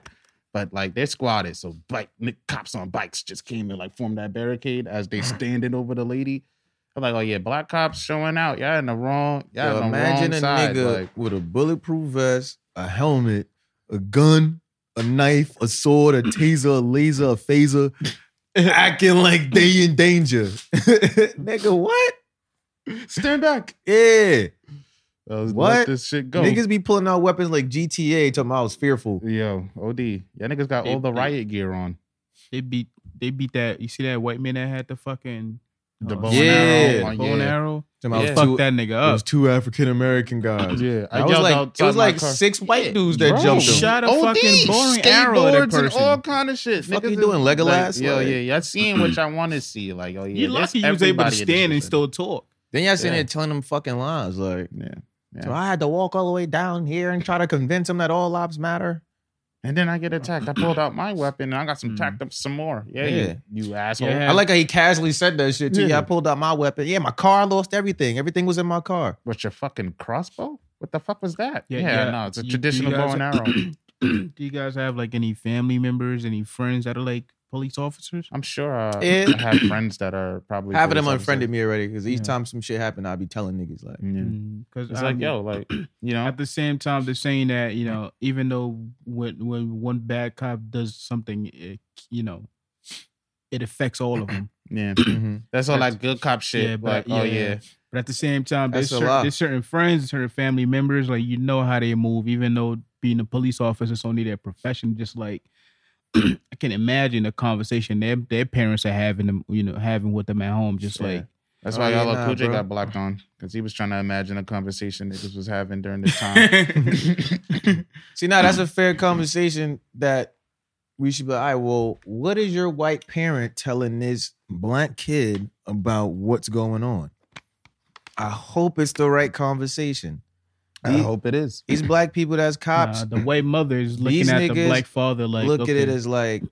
S3: But like they're squatted, so bike ni- cops on bikes just came and like formed that barricade as they standing over the lady. I'm like, oh yeah, black cops showing out. Y'all in the wrong. Y'all
S1: Yo,
S3: in the
S1: imagine
S3: wrong
S1: a
S3: side.
S1: nigga
S3: Like,
S1: with a bulletproof vest, a helmet, a gun, a knife, a sword, a taser, a laser, a phaser, acting like they in danger. Nigga, what?
S3: stand back.
S1: Yeah.
S3: Uh, Let
S1: What?
S3: this shit go.
S1: Niggas be pulling out weapons like GTA, talking about I was fearful.
S3: Yo, OD. Y'all niggas got all the riot gear on.
S2: they beat they beat that. You see that white man that had the fucking
S3: The
S2: uh,
S3: bow
S1: Yeah.
S3: and arrow. on,
S2: bow and arrow.
S1: Talking about
S3: Yeah.
S2: Fuck
S1: two,
S2: that nigga
S1: it
S2: up.
S1: was two African American guys.
S3: Yeah,
S1: I was
S3: yelled
S1: like, it
S3: outside
S1: was
S3: my
S1: like
S3: car.
S1: six white dudes that
S3: Bro,
S1: jumped him.
S2: shot a
S3: OD,
S2: fucking boring arrow at a
S3: skateboards and
S2: person.
S3: all kind of shit.
S1: Fuck
S3: Niggas
S1: you
S3: is
S1: doing, Legolas?
S3: Like, yo,
S1: Like-
S3: yeah, y'all seeing what y'all want to see. Like, oh yeah,
S2: you
S3: that's
S2: lucky you was able to
S3: everybody in this
S2: stand and
S3: bitch.
S2: still talk.
S1: Then y'all sitting
S3: Yeah.
S1: there telling them fucking lines like,
S3: Yeah,
S1: so I had to walk all the way down here and try to convince them that all lives matter.
S3: and then I get attacked. I pulled out my weapon and I got some
S2: Mm.
S3: tacked up some more. Yeah,
S1: Yeah.
S3: You, you asshole.
S2: Yeah.
S1: I like how he casually said that shit too.
S3: Yeah.
S1: Yeah. I pulled out my weapon. Yeah, my car lost everything. Everything was in my car.
S3: What's your fucking crossbow? What the fuck was that? Yeah,
S2: Yeah, yeah.
S3: no, it's a
S2: You-
S3: traditional
S2: you guys-
S3: bow and arrow.
S2: do you guys have like any family members, any friends that are like police officers?
S3: I'm sure uh,
S1: Yeah.
S3: I have friends that are probably
S1: Half of them
S3: police
S1: unfriended me already because each
S2: Yeah.
S1: time some shit happened, I'd be telling niggas like,
S3: officers. Yeah.
S2: Because
S3: It's like, yo, like you know,
S2: At the same time, they're saying that you know, even though when when one bad cop does something, it, you know, it affects all of them.
S3: yeah,
S1: mhm.
S3: that's all
S2: That's-
S3: that good cop shit.
S2: yeah,
S3: like,
S2: but-
S3: oh
S2: yeah,
S3: yeah,
S2: yeah. But at the same time, there's,
S1: That's a
S2: cer-
S1: lot.
S2: there's certain friends, certain family members, like you know how they move, even though being a police officer is only their profession. Just like I can imagine the conversation their their parents are having them, you know, having with them at home. Just
S1: Yeah.
S2: like
S3: That's
S1: Oh,
S3: why
S1: yeah,
S3: y'all
S1: nah,
S3: Cool J
S1: bro.
S3: got blocked on because he was trying to imagine a conversation niggas was having during this time.
S1: See, now that's a fair conversation that we should be like, all right, well, what is your white parent telling this black kid about what's going on? I hope it's the right conversation. The-
S3: it is.
S1: These black people that's cops
S2: uh, the white mother is looking
S1: These
S2: at the
S1: niggas
S2: black father, like
S1: look
S2: okay,
S1: at it as like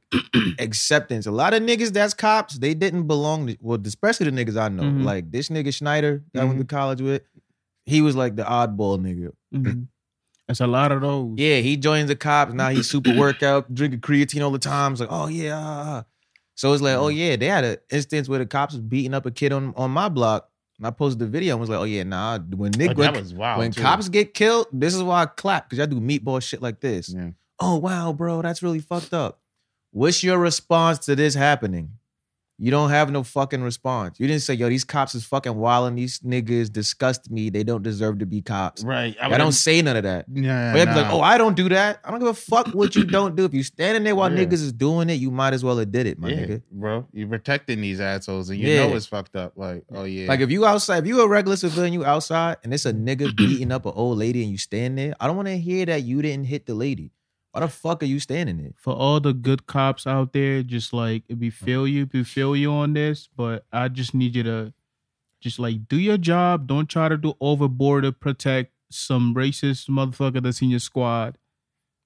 S1: acceptance. A lot of niggas that's cops, they didn't belong to, well, especially the niggas I know.
S3: Mm-hmm.
S2: Mhm.
S1: Like this nigga Schneider that I went to college with, he was like the oddball nigga.
S2: Mhm. it's a lot of those.
S1: Yeah, he joins the cops. Now he's super workout, drinking creatine all the time. It's like, oh yeah. ah, ah. So it's like, oh
S3: Mm.
S1: yeah, they had an instance where the cops was beating up a kid on, on my block. And I posted the video and was like, oh yeah, nah, when Nick
S3: Like,
S1: when,
S3: that was wild.
S1: when
S3: too.
S1: cops get killed, this is why I clap, because I do meatball shit like this.
S3: Yeah.
S1: Oh wow, bro, that's really fucked up. What's your response to this happening? You don't have no fucking response. You didn't say, yo, these cops is fucking wilding. These niggas disgust me. They don't deserve to be cops.
S3: Right.
S1: I don't say none of that.
S3: Yeah.
S1: But I'd be like,
S3: nah.
S1: oh, I don't do that. I don't give a fuck what you don't do. If you standing there while
S3: Yeah.
S1: niggas is doing it, you might as well have did it, my
S3: yeah,
S1: nigga.
S3: bro. You're protecting these assholes, and you
S1: Yeah.
S3: know it's fucked up. Like, oh yeah,
S1: Like if you outside, if you a regular civilian, you outside, and it's a nigga beating up an old lady, and you stand there. I don't want to hear that you didn't hit the lady. Why the fuck are you standing there?
S2: for all the good cops out there, just like we feel you, we feel you on this, but I just need you to just like do your job. Don't try to do overboard to protect some racist motherfucker that's in your squad.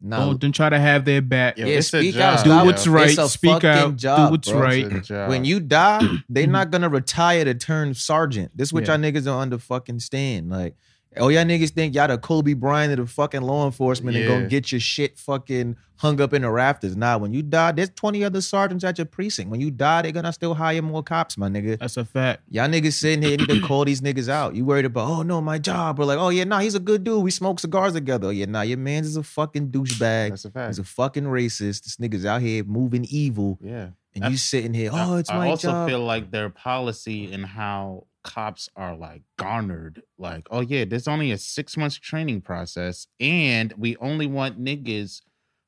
S1: No,
S2: Don't, don't try to have their back.
S3: Yo,
S1: yeah,
S3: it's a
S1: speak
S3: job,
S1: out.
S2: do
S1: Stop.
S2: what's
S1: It's
S2: right.
S1: a
S2: Speak
S1: fucking
S2: out.
S1: job,
S2: do what's
S1: bro. Mm-hmm.
S2: right.
S3: Good job.
S1: when you die, they're not gonna retire to turn sergeant. This what
S2: Yeah.
S1: y'all niggas don't under fucking stand. Like, oh y'all niggas think y'all the Kobe Bryant of the fucking law enforcement and
S3: Yeah.
S1: gonna get your shit fucking hung up in the rafters. Nah, when you die, there's 20 other sergeants at your precinct. When you die, they're gonna still hire more cops, my nigga.
S2: That's a fact.
S1: Y'all niggas sitting here need to call these niggas out. You worried about, oh no, my job. We're like, oh yeah, nah, he's a good dude. We smoke cigars together. Oh yeah, nah, your man's is a fucking douchebag.
S3: that's a fact.
S1: He's a fucking racist. This nigga's out here moving evil.
S3: yeah.
S1: And
S3: I-
S1: you sitting here, oh, it's
S3: I,
S1: my
S3: I also
S1: job.
S3: feel like their policy and how cops are like garnered. Like, oh yeah, there's only a six months training process, and we only want niggas.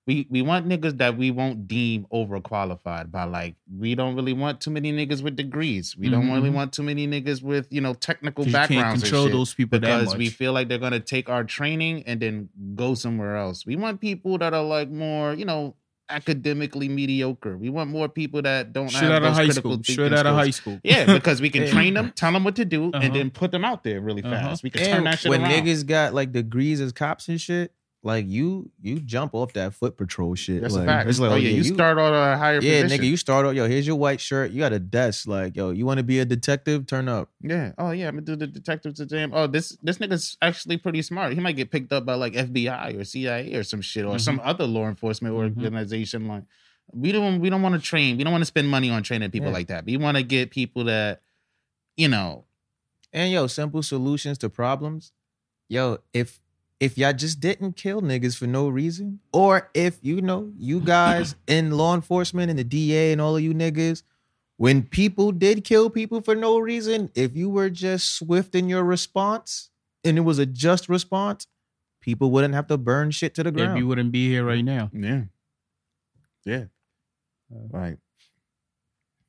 S3: We, we want niggas that we won't deem overqualified by like we don't really want too many niggas with degrees. We don't really
S1: Mm-hmm.
S2: Mhm.
S3: want too many niggas with you know technical
S2: 'Cause You can't
S3: backgrounds.
S2: control
S3: and shit
S2: those people that
S3: because
S2: much.
S3: we feel like they're going to take our training and then go somewhere else. We want people that are like more, you know, academically mediocre. We want more people that don't
S2: Straight
S3: have
S2: out of
S3: those
S2: high
S3: critical
S2: school.
S3: thinking
S2: Straight out of high
S3: skills.
S2: school.
S3: Yeah, because we can
S2: Yeah.
S3: train them, tell them what to do,
S2: Uh-huh.
S3: and then put them out there really
S2: Uh-huh.
S3: fast. We can turn
S1: And
S3: that shit
S1: when
S3: around.
S1: niggas got like degrees as cops and shit, like you you jump off that foot patrol shit.
S3: That's
S1: like,
S3: a fact.
S1: It's like,
S3: oh yeah, you, start on a higher
S1: Yeah,
S3: position.
S1: nigga, you start off. Yo, here's your white shirt. You got a desk. Like, yo, you want to be a detective? Turn up.
S3: yeah. Oh yeah, I'm gonna do the detective to jam. Oh, this this nigga's actually pretty smart. He might get picked up by like FBI or CIA or some shit or
S2: Mhm.
S1: Mm-hmm.
S3: some other law enforcement
S2: Mhm.
S3: organization. Like we don't we don't want to train. We don't want to spend money on training people
S1: Yeah.
S3: like that. We want to get people that you know.
S1: And yo, simple solutions to problems. Yo, if if y'all just didn't kill niggas for no reason, or if you know you guys in law enforcement and the DA and all of you niggas, when people did kill people for no reason, if you were just swift in your response and it was a just response, people wouldn't have to burn shit to the
S2: If
S1: ground.
S2: you wouldn't be here right now.
S3: Yeah. Yeah. Right. Uh,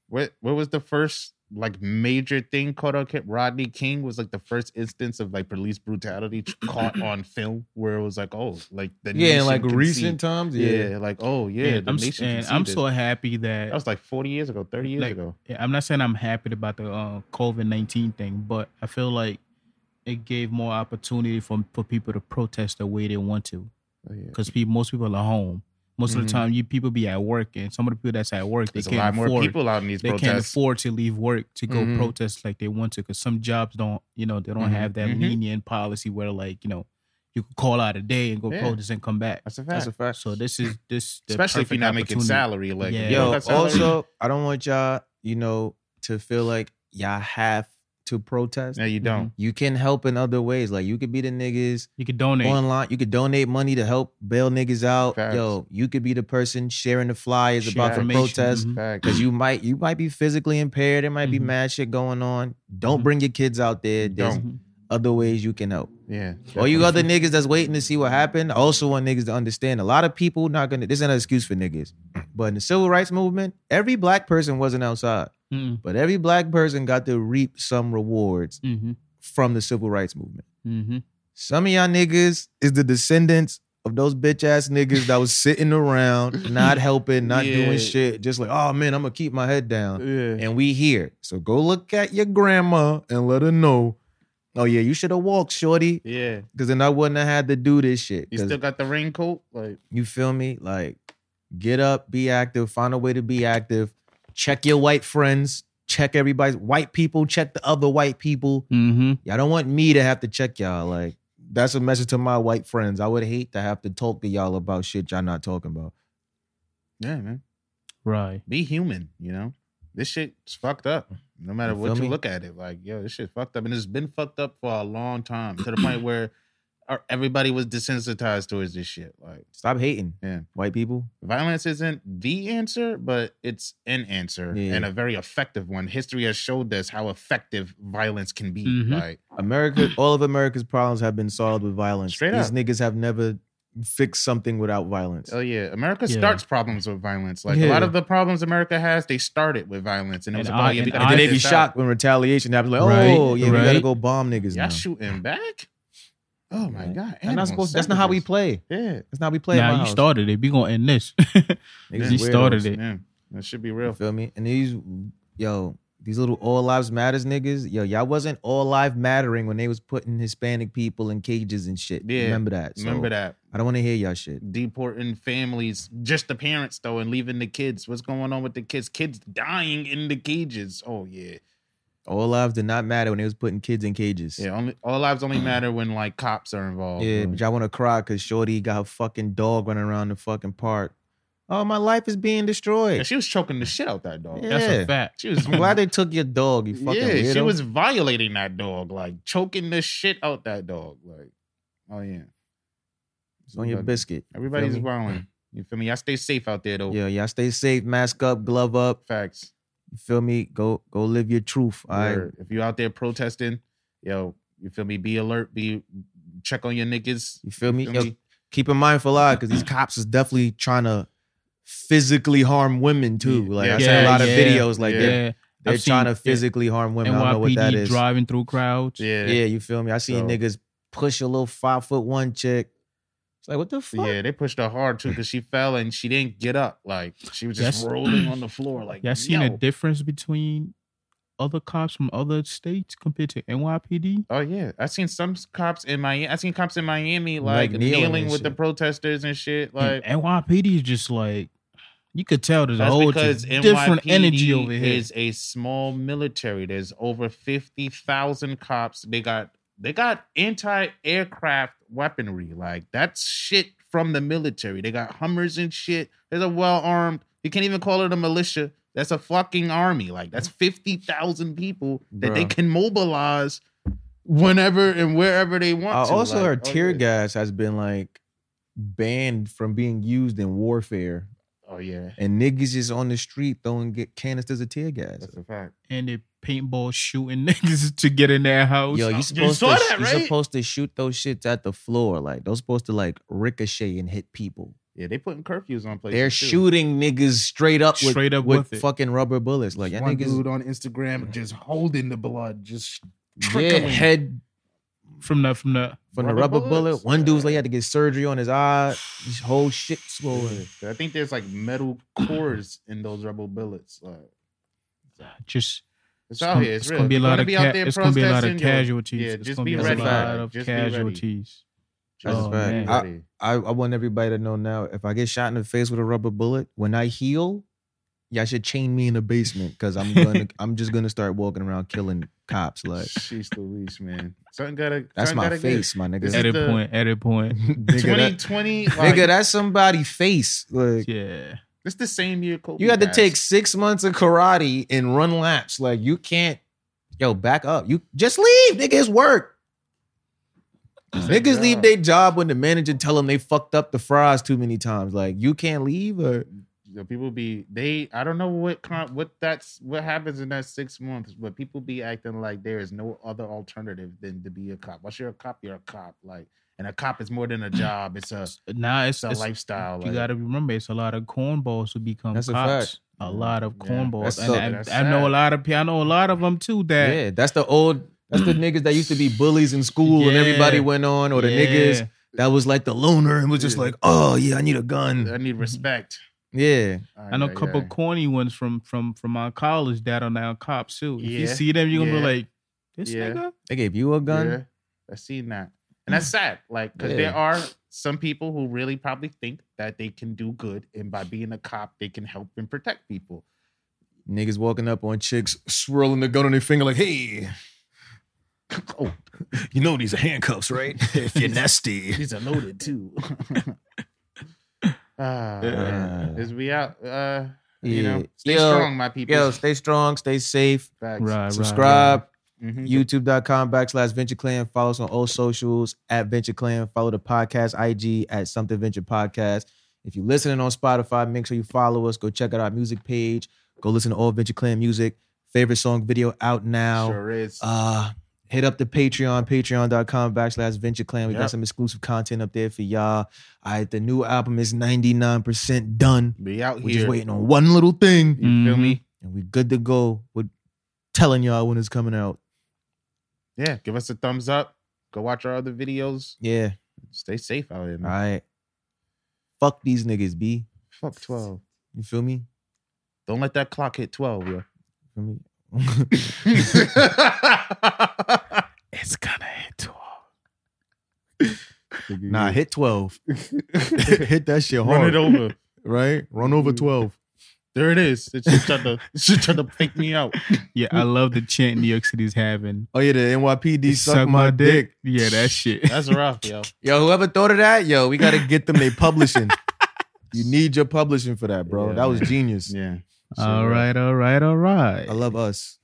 S3: What what was the first like major thing caught on ca- Rodney King was like the first instance of like police brutality caught on film where it was like oh like the
S1: yeah, in
S3: nation
S1: like
S3: can see-
S1: recent times, yeah.
S3: yeah like oh yeah
S2: And
S3: the
S2: I'm, s-
S3: nation can
S2: and
S3: see
S2: I'm
S3: this.
S2: so happy that
S3: that was like 40 years ago 30 years
S2: Like-
S3: ago
S2: Yeah, I'm not saying I'm happy about the uh, COVID nineteen thing, but I feel like it gave more opportunity for for people to protest the way they want to.
S3: oh, yeah.
S2: Because people, most people are home. Most of
S3: Mhm.
S2: the time, you people be at work, and some of the people that's at work they
S3: there's a
S2: can't
S3: lot
S2: afford.
S3: more people out in these
S2: they can't
S3: protests
S2: afford to leave work to go
S3: Mhm.
S2: protest like they want to. Because some jobs don't, you know, they don't
S3: Mhm.
S2: have that
S3: Mhm.
S2: lenient policy where like you know you could call out a day and go
S3: Yeah.
S2: protest and come back.
S3: that's a fact
S1: That's a fact.
S2: So this is this the
S3: especially if you're
S2: perfect
S3: not making
S2: opportunity.
S3: salary like
S2: Yeah.
S3: you know,
S1: Yo,
S3: that's salary.
S1: also, I don't want y'all, you know, to feel like y'all have to protest.
S3: no you don't
S1: You can help in other ways. Like you could be the niggas
S2: You could donate.
S1: online. You could donate money to help bail niggas out.
S3: Facts.
S1: Yo, you could be the person sharing the flyers
S2: Share
S1: about the
S2: information.
S1: protest
S2: Mhm.
S3: fact
S1: because you might you might be physically impaired. There might be
S2: Mhm.
S1: mad shit going on. Don't
S2: Mhm.
S1: bring your kids out there. There's
S3: Don't.
S1: other ways you can help.
S3: yeah
S1: All you
S3: definitely.
S1: other niggas that's waiting to see what happened, I also want niggas to understand a lot of people not gonna this is not an excuse for niggas. But in the civil rights movement, every black person wasn't outside.
S2: Mhm.
S1: But every black person got to reap some rewards
S2: Mhm.
S1: from the civil rights movement.
S2: Mhm.
S1: Some of y'all niggas is the descendants of those bitch ass niggas that was sitting around, not helping, not
S3: Yeah.
S1: doing shit, just like, oh man, I'm gonna keep my head down
S3: yeah
S1: and we here. So go look at your grandma and let her know. Oh yeah, you should have walked, shorty,
S3: yeah
S1: because then I wouldn't have had to do this shit.
S3: you
S1: 'Cause
S3: still got the raincoat like
S1: you feel me? Like, get up, be active, find a way to be active. Check your white friends. Check everybody's white people. Check the other white people.
S2: Mhm.
S1: Y'all don't want me to have to check y'all. Like, that's a message to my white friends. I would hate to have to talk to y'all about shit y'all not talking about.
S3: yeah man
S2: Right.
S3: be human, you know? This shit's fucked up. No matter
S1: You
S3: what
S1: feel
S3: you
S1: me?
S3: look at it, like, yo, this shit's fucked up. And it's been fucked up for a long time to the point where or everybody was desensitized towards this shit. Like
S1: Stop hating.
S3: Yeah.
S1: White people.
S3: violence isn't the answer, but it's an answer
S1: Yeah.
S3: and a very effective one. History has showed us how effective violence can be.
S2: Mhm.
S1: Mm-hmm.
S3: Like
S1: America, all of America's problems have been solved with violence.
S3: Straight
S1: These
S3: up.
S1: niggas have never fixed something without violence.
S3: Oh yeah, America
S2: Yeah.
S3: starts problems with violence. Like a
S1: Yeah.
S3: lot of the problems America has, they started with violence, and it was
S2: And
S3: about
S2: I-
S3: yeah, we
S2: and
S3: gotta
S1: and then
S3: get
S1: they be
S3: this out.
S1: shocked when retaliation happens. Like, oh
S2: Right,
S1: yeah, we gotta
S2: right.
S1: go bomb niggas
S3: Y'all
S1: now.
S3: shooting back? Oh my
S1: Right.
S3: god!
S1: That's
S3: animal
S1: not supposed. That's not how we
S3: savages.
S1: play.
S3: Yeah,
S1: That's not how we play. at
S2: Now
S1: my
S2: you
S1: house.
S2: started it. We gonna end this.
S1: Niggas
S2: you
S1: weirdos.
S2: started it.
S3: yeah, that should be
S1: You
S3: real.
S1: feel me? And these, yo, these little all lives matters niggas. Yo, y'all wasn't all life mattering when they was putting Hispanic people in cages and shit.
S3: Yeah.
S1: Remember that. So,
S3: Remember that
S1: I don't want to hear y'all shit.
S3: deporting families, just the parents though, and leaving the kids. What's going on with the kids? Kids dying in the cages. Oh yeah,
S1: All lives did not matter when they was putting kids in cages.
S3: yeah. Only all lives only matter when like cops are involved.
S1: Yeah, but y'all want to cry because Shorty got her fucking dog running around the fucking park. Oh, my life is being
S3: And
S1: destroyed.
S3: she was choking the shit out that dog.
S1: Yeah.
S2: That's a fact.
S3: She was
S1: I'm glad they took your dog. You fucking
S3: yeah,
S1: weirdo.
S3: she was violating that dog, like choking the shit out that dog. Like, oh yeah,
S1: It's on your
S3: Everybody-
S1: biscuit. You feel
S3: Everybody's
S1: me?
S3: wilding. You feel me? I stay safe out there though.
S1: Yeah, y'all stay safe. Mask up, glove up.
S3: Facts.
S1: You feel me? Go, go live your truth. All right.
S3: Word. If you out there protesting, yo, you feel me? Be alert. Be check on your niggas.
S1: You feel me?
S3: Feel
S1: Yo,
S3: me?
S1: keep in mind for a lot because these cops is definitely trying to physically harm women too. Like I
S3: Yeah,
S1: see a lot of
S2: yeah,
S1: videos like
S3: yeah.
S1: they're,
S2: Yeah.
S1: they're
S2: I've
S1: trying to
S2: seen-
S1: physically harm women. I don't know what that
S2: NYPD
S1: is.
S2: driving through crowds.
S3: Yeah.
S1: Yeah, you feel me? I seen
S3: So-
S1: niggas push a little five foot one chick. It's like what the fuck?
S3: Yeah, they pushed her hard too because she fell and she didn't get up. Like she was just
S2: Yes.
S3: rolling on the floor. Like
S2: Y'all seen
S3: yo.
S2: a difference between other cops from other states compared to NYPD?
S3: Oh yeah, I seen some cops in Miami. I seen cops in Miami like,
S1: Like, kneeling
S3: kneeling,
S1: and
S3: with the
S1: shit. Hmm,
S3: protesters and shit. Like
S2: And NYPD is just like you could tell there's a
S3: That's
S2: whole
S3: because
S2: t- different
S3: NYPD
S2: energy over here.
S3: Is a small military. There's over fifty thousand cops. They got they got anti aircraft weaponry. Like that's shit from the military. They got Hummers and shit. There's a well armed. You can't even call it a militia. That's a fucking army. Like that's fifty thousand people that they
S1: Bruh.
S3: can mobilize whenever and wherever they want.
S1: I
S3: to.
S1: also
S3: Like,
S1: heard
S3: oh,
S1: tear
S3: yeah.
S1: gas has been like banned from being used in warfare,
S3: Oh yeah,
S1: and niggas is on the street throwing get canisters of tear gas.
S3: that's a fact.
S2: and they paintball shooting niggas to get in their house.
S1: Yo,
S3: You
S1: you supposed
S3: saw
S1: to
S3: that,
S1: you
S3: right?
S1: supposed to shoot those shits at the floor. Like those supposed to like ricochet and hit people.
S3: Yeah, they putting curfews on places.
S1: They're
S3: too.
S1: shooting niggas straight up with,
S2: Straight up
S1: with,
S2: with it.
S1: fucking rubber bullets. Like y'all
S3: one
S1: niggas
S3: dude on Instagram just holding the blood, just
S1: yeah,
S3: trickling.
S1: head
S2: from the from the
S1: from the
S3: Rubber
S1: rubber bullet.
S3: bullets?
S1: One dude's like he had to get surgery on his eye. His whole shit swollen.
S3: I think there's like metal cores in those rubber bullets. Like,
S2: just it's
S3: it's, out
S2: gonna-
S3: here. It's,
S2: it's
S3: real.
S2: gonna be a
S3: If you
S2: lot
S3: wanna
S2: of
S3: be
S2: ca-
S3: out there
S2: it's gonna be a lot of
S3: protesting, yo,
S2: casualties.
S3: yeah,
S2: it's
S3: just
S2: gonna
S3: be
S2: be,
S1: ready.
S2: a lot
S1: Right.
S2: of
S3: Just be ready.
S2: casualties.
S3: Just
S1: Oh,
S3: be
S1: man.
S3: ready.
S1: I, I want everybody to know now. If I get shot in the face with a rubber bullet, when I heal, y'all should chain me in the basement because I'm gonna I'm just gonna start walking around killing cops. Like
S3: She's the least man. Something gotta.
S1: that's
S3: something
S1: my
S3: gotta
S1: face, my nigga.
S3: This is
S2: Edit
S3: the-
S2: point, edit point.
S3: Get.
S1: nigga, that-
S3: 2020. like,
S1: Nigga, that's somebody face. Like
S2: yeah.
S3: it's the same year. Kobe
S1: you had to
S3: passed.
S1: take six months of karate and run laps. Like you can't, yo, back up. You just leave. Niggas work. Niggas leave their job when the manager tell them they fucked up the fries too many times. Like you can't leave or
S3: Yo, people be they. I don't know what con, what that's what happens in that six months, but people be acting like there is no other alternative than to be a cop. Once you're a cop, you're a cop. Like, and a cop is more than a job. It's a
S2: Now it's,
S3: it's a
S2: it's
S3: lifestyle.
S2: you
S3: like-
S2: gotta remember it's a lot of cornballs who become
S1: That's a
S2: cops. A,
S3: Yeah.
S2: lot of
S3: Yeah.
S2: cornballs,
S1: That's
S2: and
S1: so-
S2: I-
S3: that's
S2: I, know a
S3: sad.
S2: lot of pe- I know a lot of them too. That
S1: yeah, that's the old. That's the niggas that used to be bullies in school and
S2: Yeah.
S1: everybody went on, or the
S2: Yeah.
S1: niggas that was like the loner and was just
S3: Yeah.
S1: like, oh yeah, I need a gun.
S3: I need respect.
S1: Yeah,
S2: mm-hmm. I know a couple corny ones from from from my college that are now cops too. If you
S3: Yeah.
S2: see them, you're gonna
S3: Yeah.
S2: be like, "This
S3: Yeah.
S2: nigga."
S1: they gave you a gun.
S3: Yeah, I seen that, and that's sad. Like, because
S1: Yeah.
S3: there are some people who really probably think that they can do good, and by being a cop, they can help and protect people.
S1: Niggas walking up on chicks, swirling the gun on their finger, like, hey. Oh, you know these are handcuffs, right? if you're nasty.
S3: These are loaded too. ah, man. Is we out? Uh, you know, stay
S1: yo,
S3: strong, my people.
S1: Yo, stay strong, stay safe,
S3: Facts.
S2: Right, right,
S1: subscribe,
S3: Mhm.
S1: youtube.com backslash venture clan follow us on all socials at venture clan follow the podcast ig at something venture podcast if you're listening on spotify make sure you follow us go check out our music page go listen to all venture clan music favorite song video out now
S3: Sure is.
S1: uh hit up the patreon patreon.com backslash venture clan we got
S3: Yep.
S1: some exclusive content up there for y'all all right the new album is 99% done
S3: Be out
S1: we're
S3: here.
S1: just waiting on one little thing
S3: You feel me?
S1: and we're good to go with telling y'all when it's coming out Mm-hmm.
S3: Yeah. Give us a thumbs up. Go watch our other videos.
S1: yeah
S3: Stay safe out here,
S1: All
S3: man.
S1: right. Fuck these niggas, B.
S3: Fuck 12.
S1: You feel me?
S3: Don't let that clock hit 12, yo.
S1: Feel me?
S2: It's gonna hit twelve.
S1: nah, hit 12. hit that shit
S3: Run
S1: hard.
S3: it over.
S1: Right? Run over 12.
S3: There it is. It's just trying to, it's just trying to fake me out.
S2: Yeah, I love the chant New York City's having.
S1: Oh, yeah, the NYPD suck, my, dick.
S2: Yeah, that shit.
S3: That's rough, yo.
S1: Yo, whoever thought of that, yo, we got to get them they publishing. you need your publishing for that, bro.
S3: Yeah,
S1: that was
S3: man.
S1: genius.
S3: Yeah.
S2: all right, all right, all right.
S1: I love us.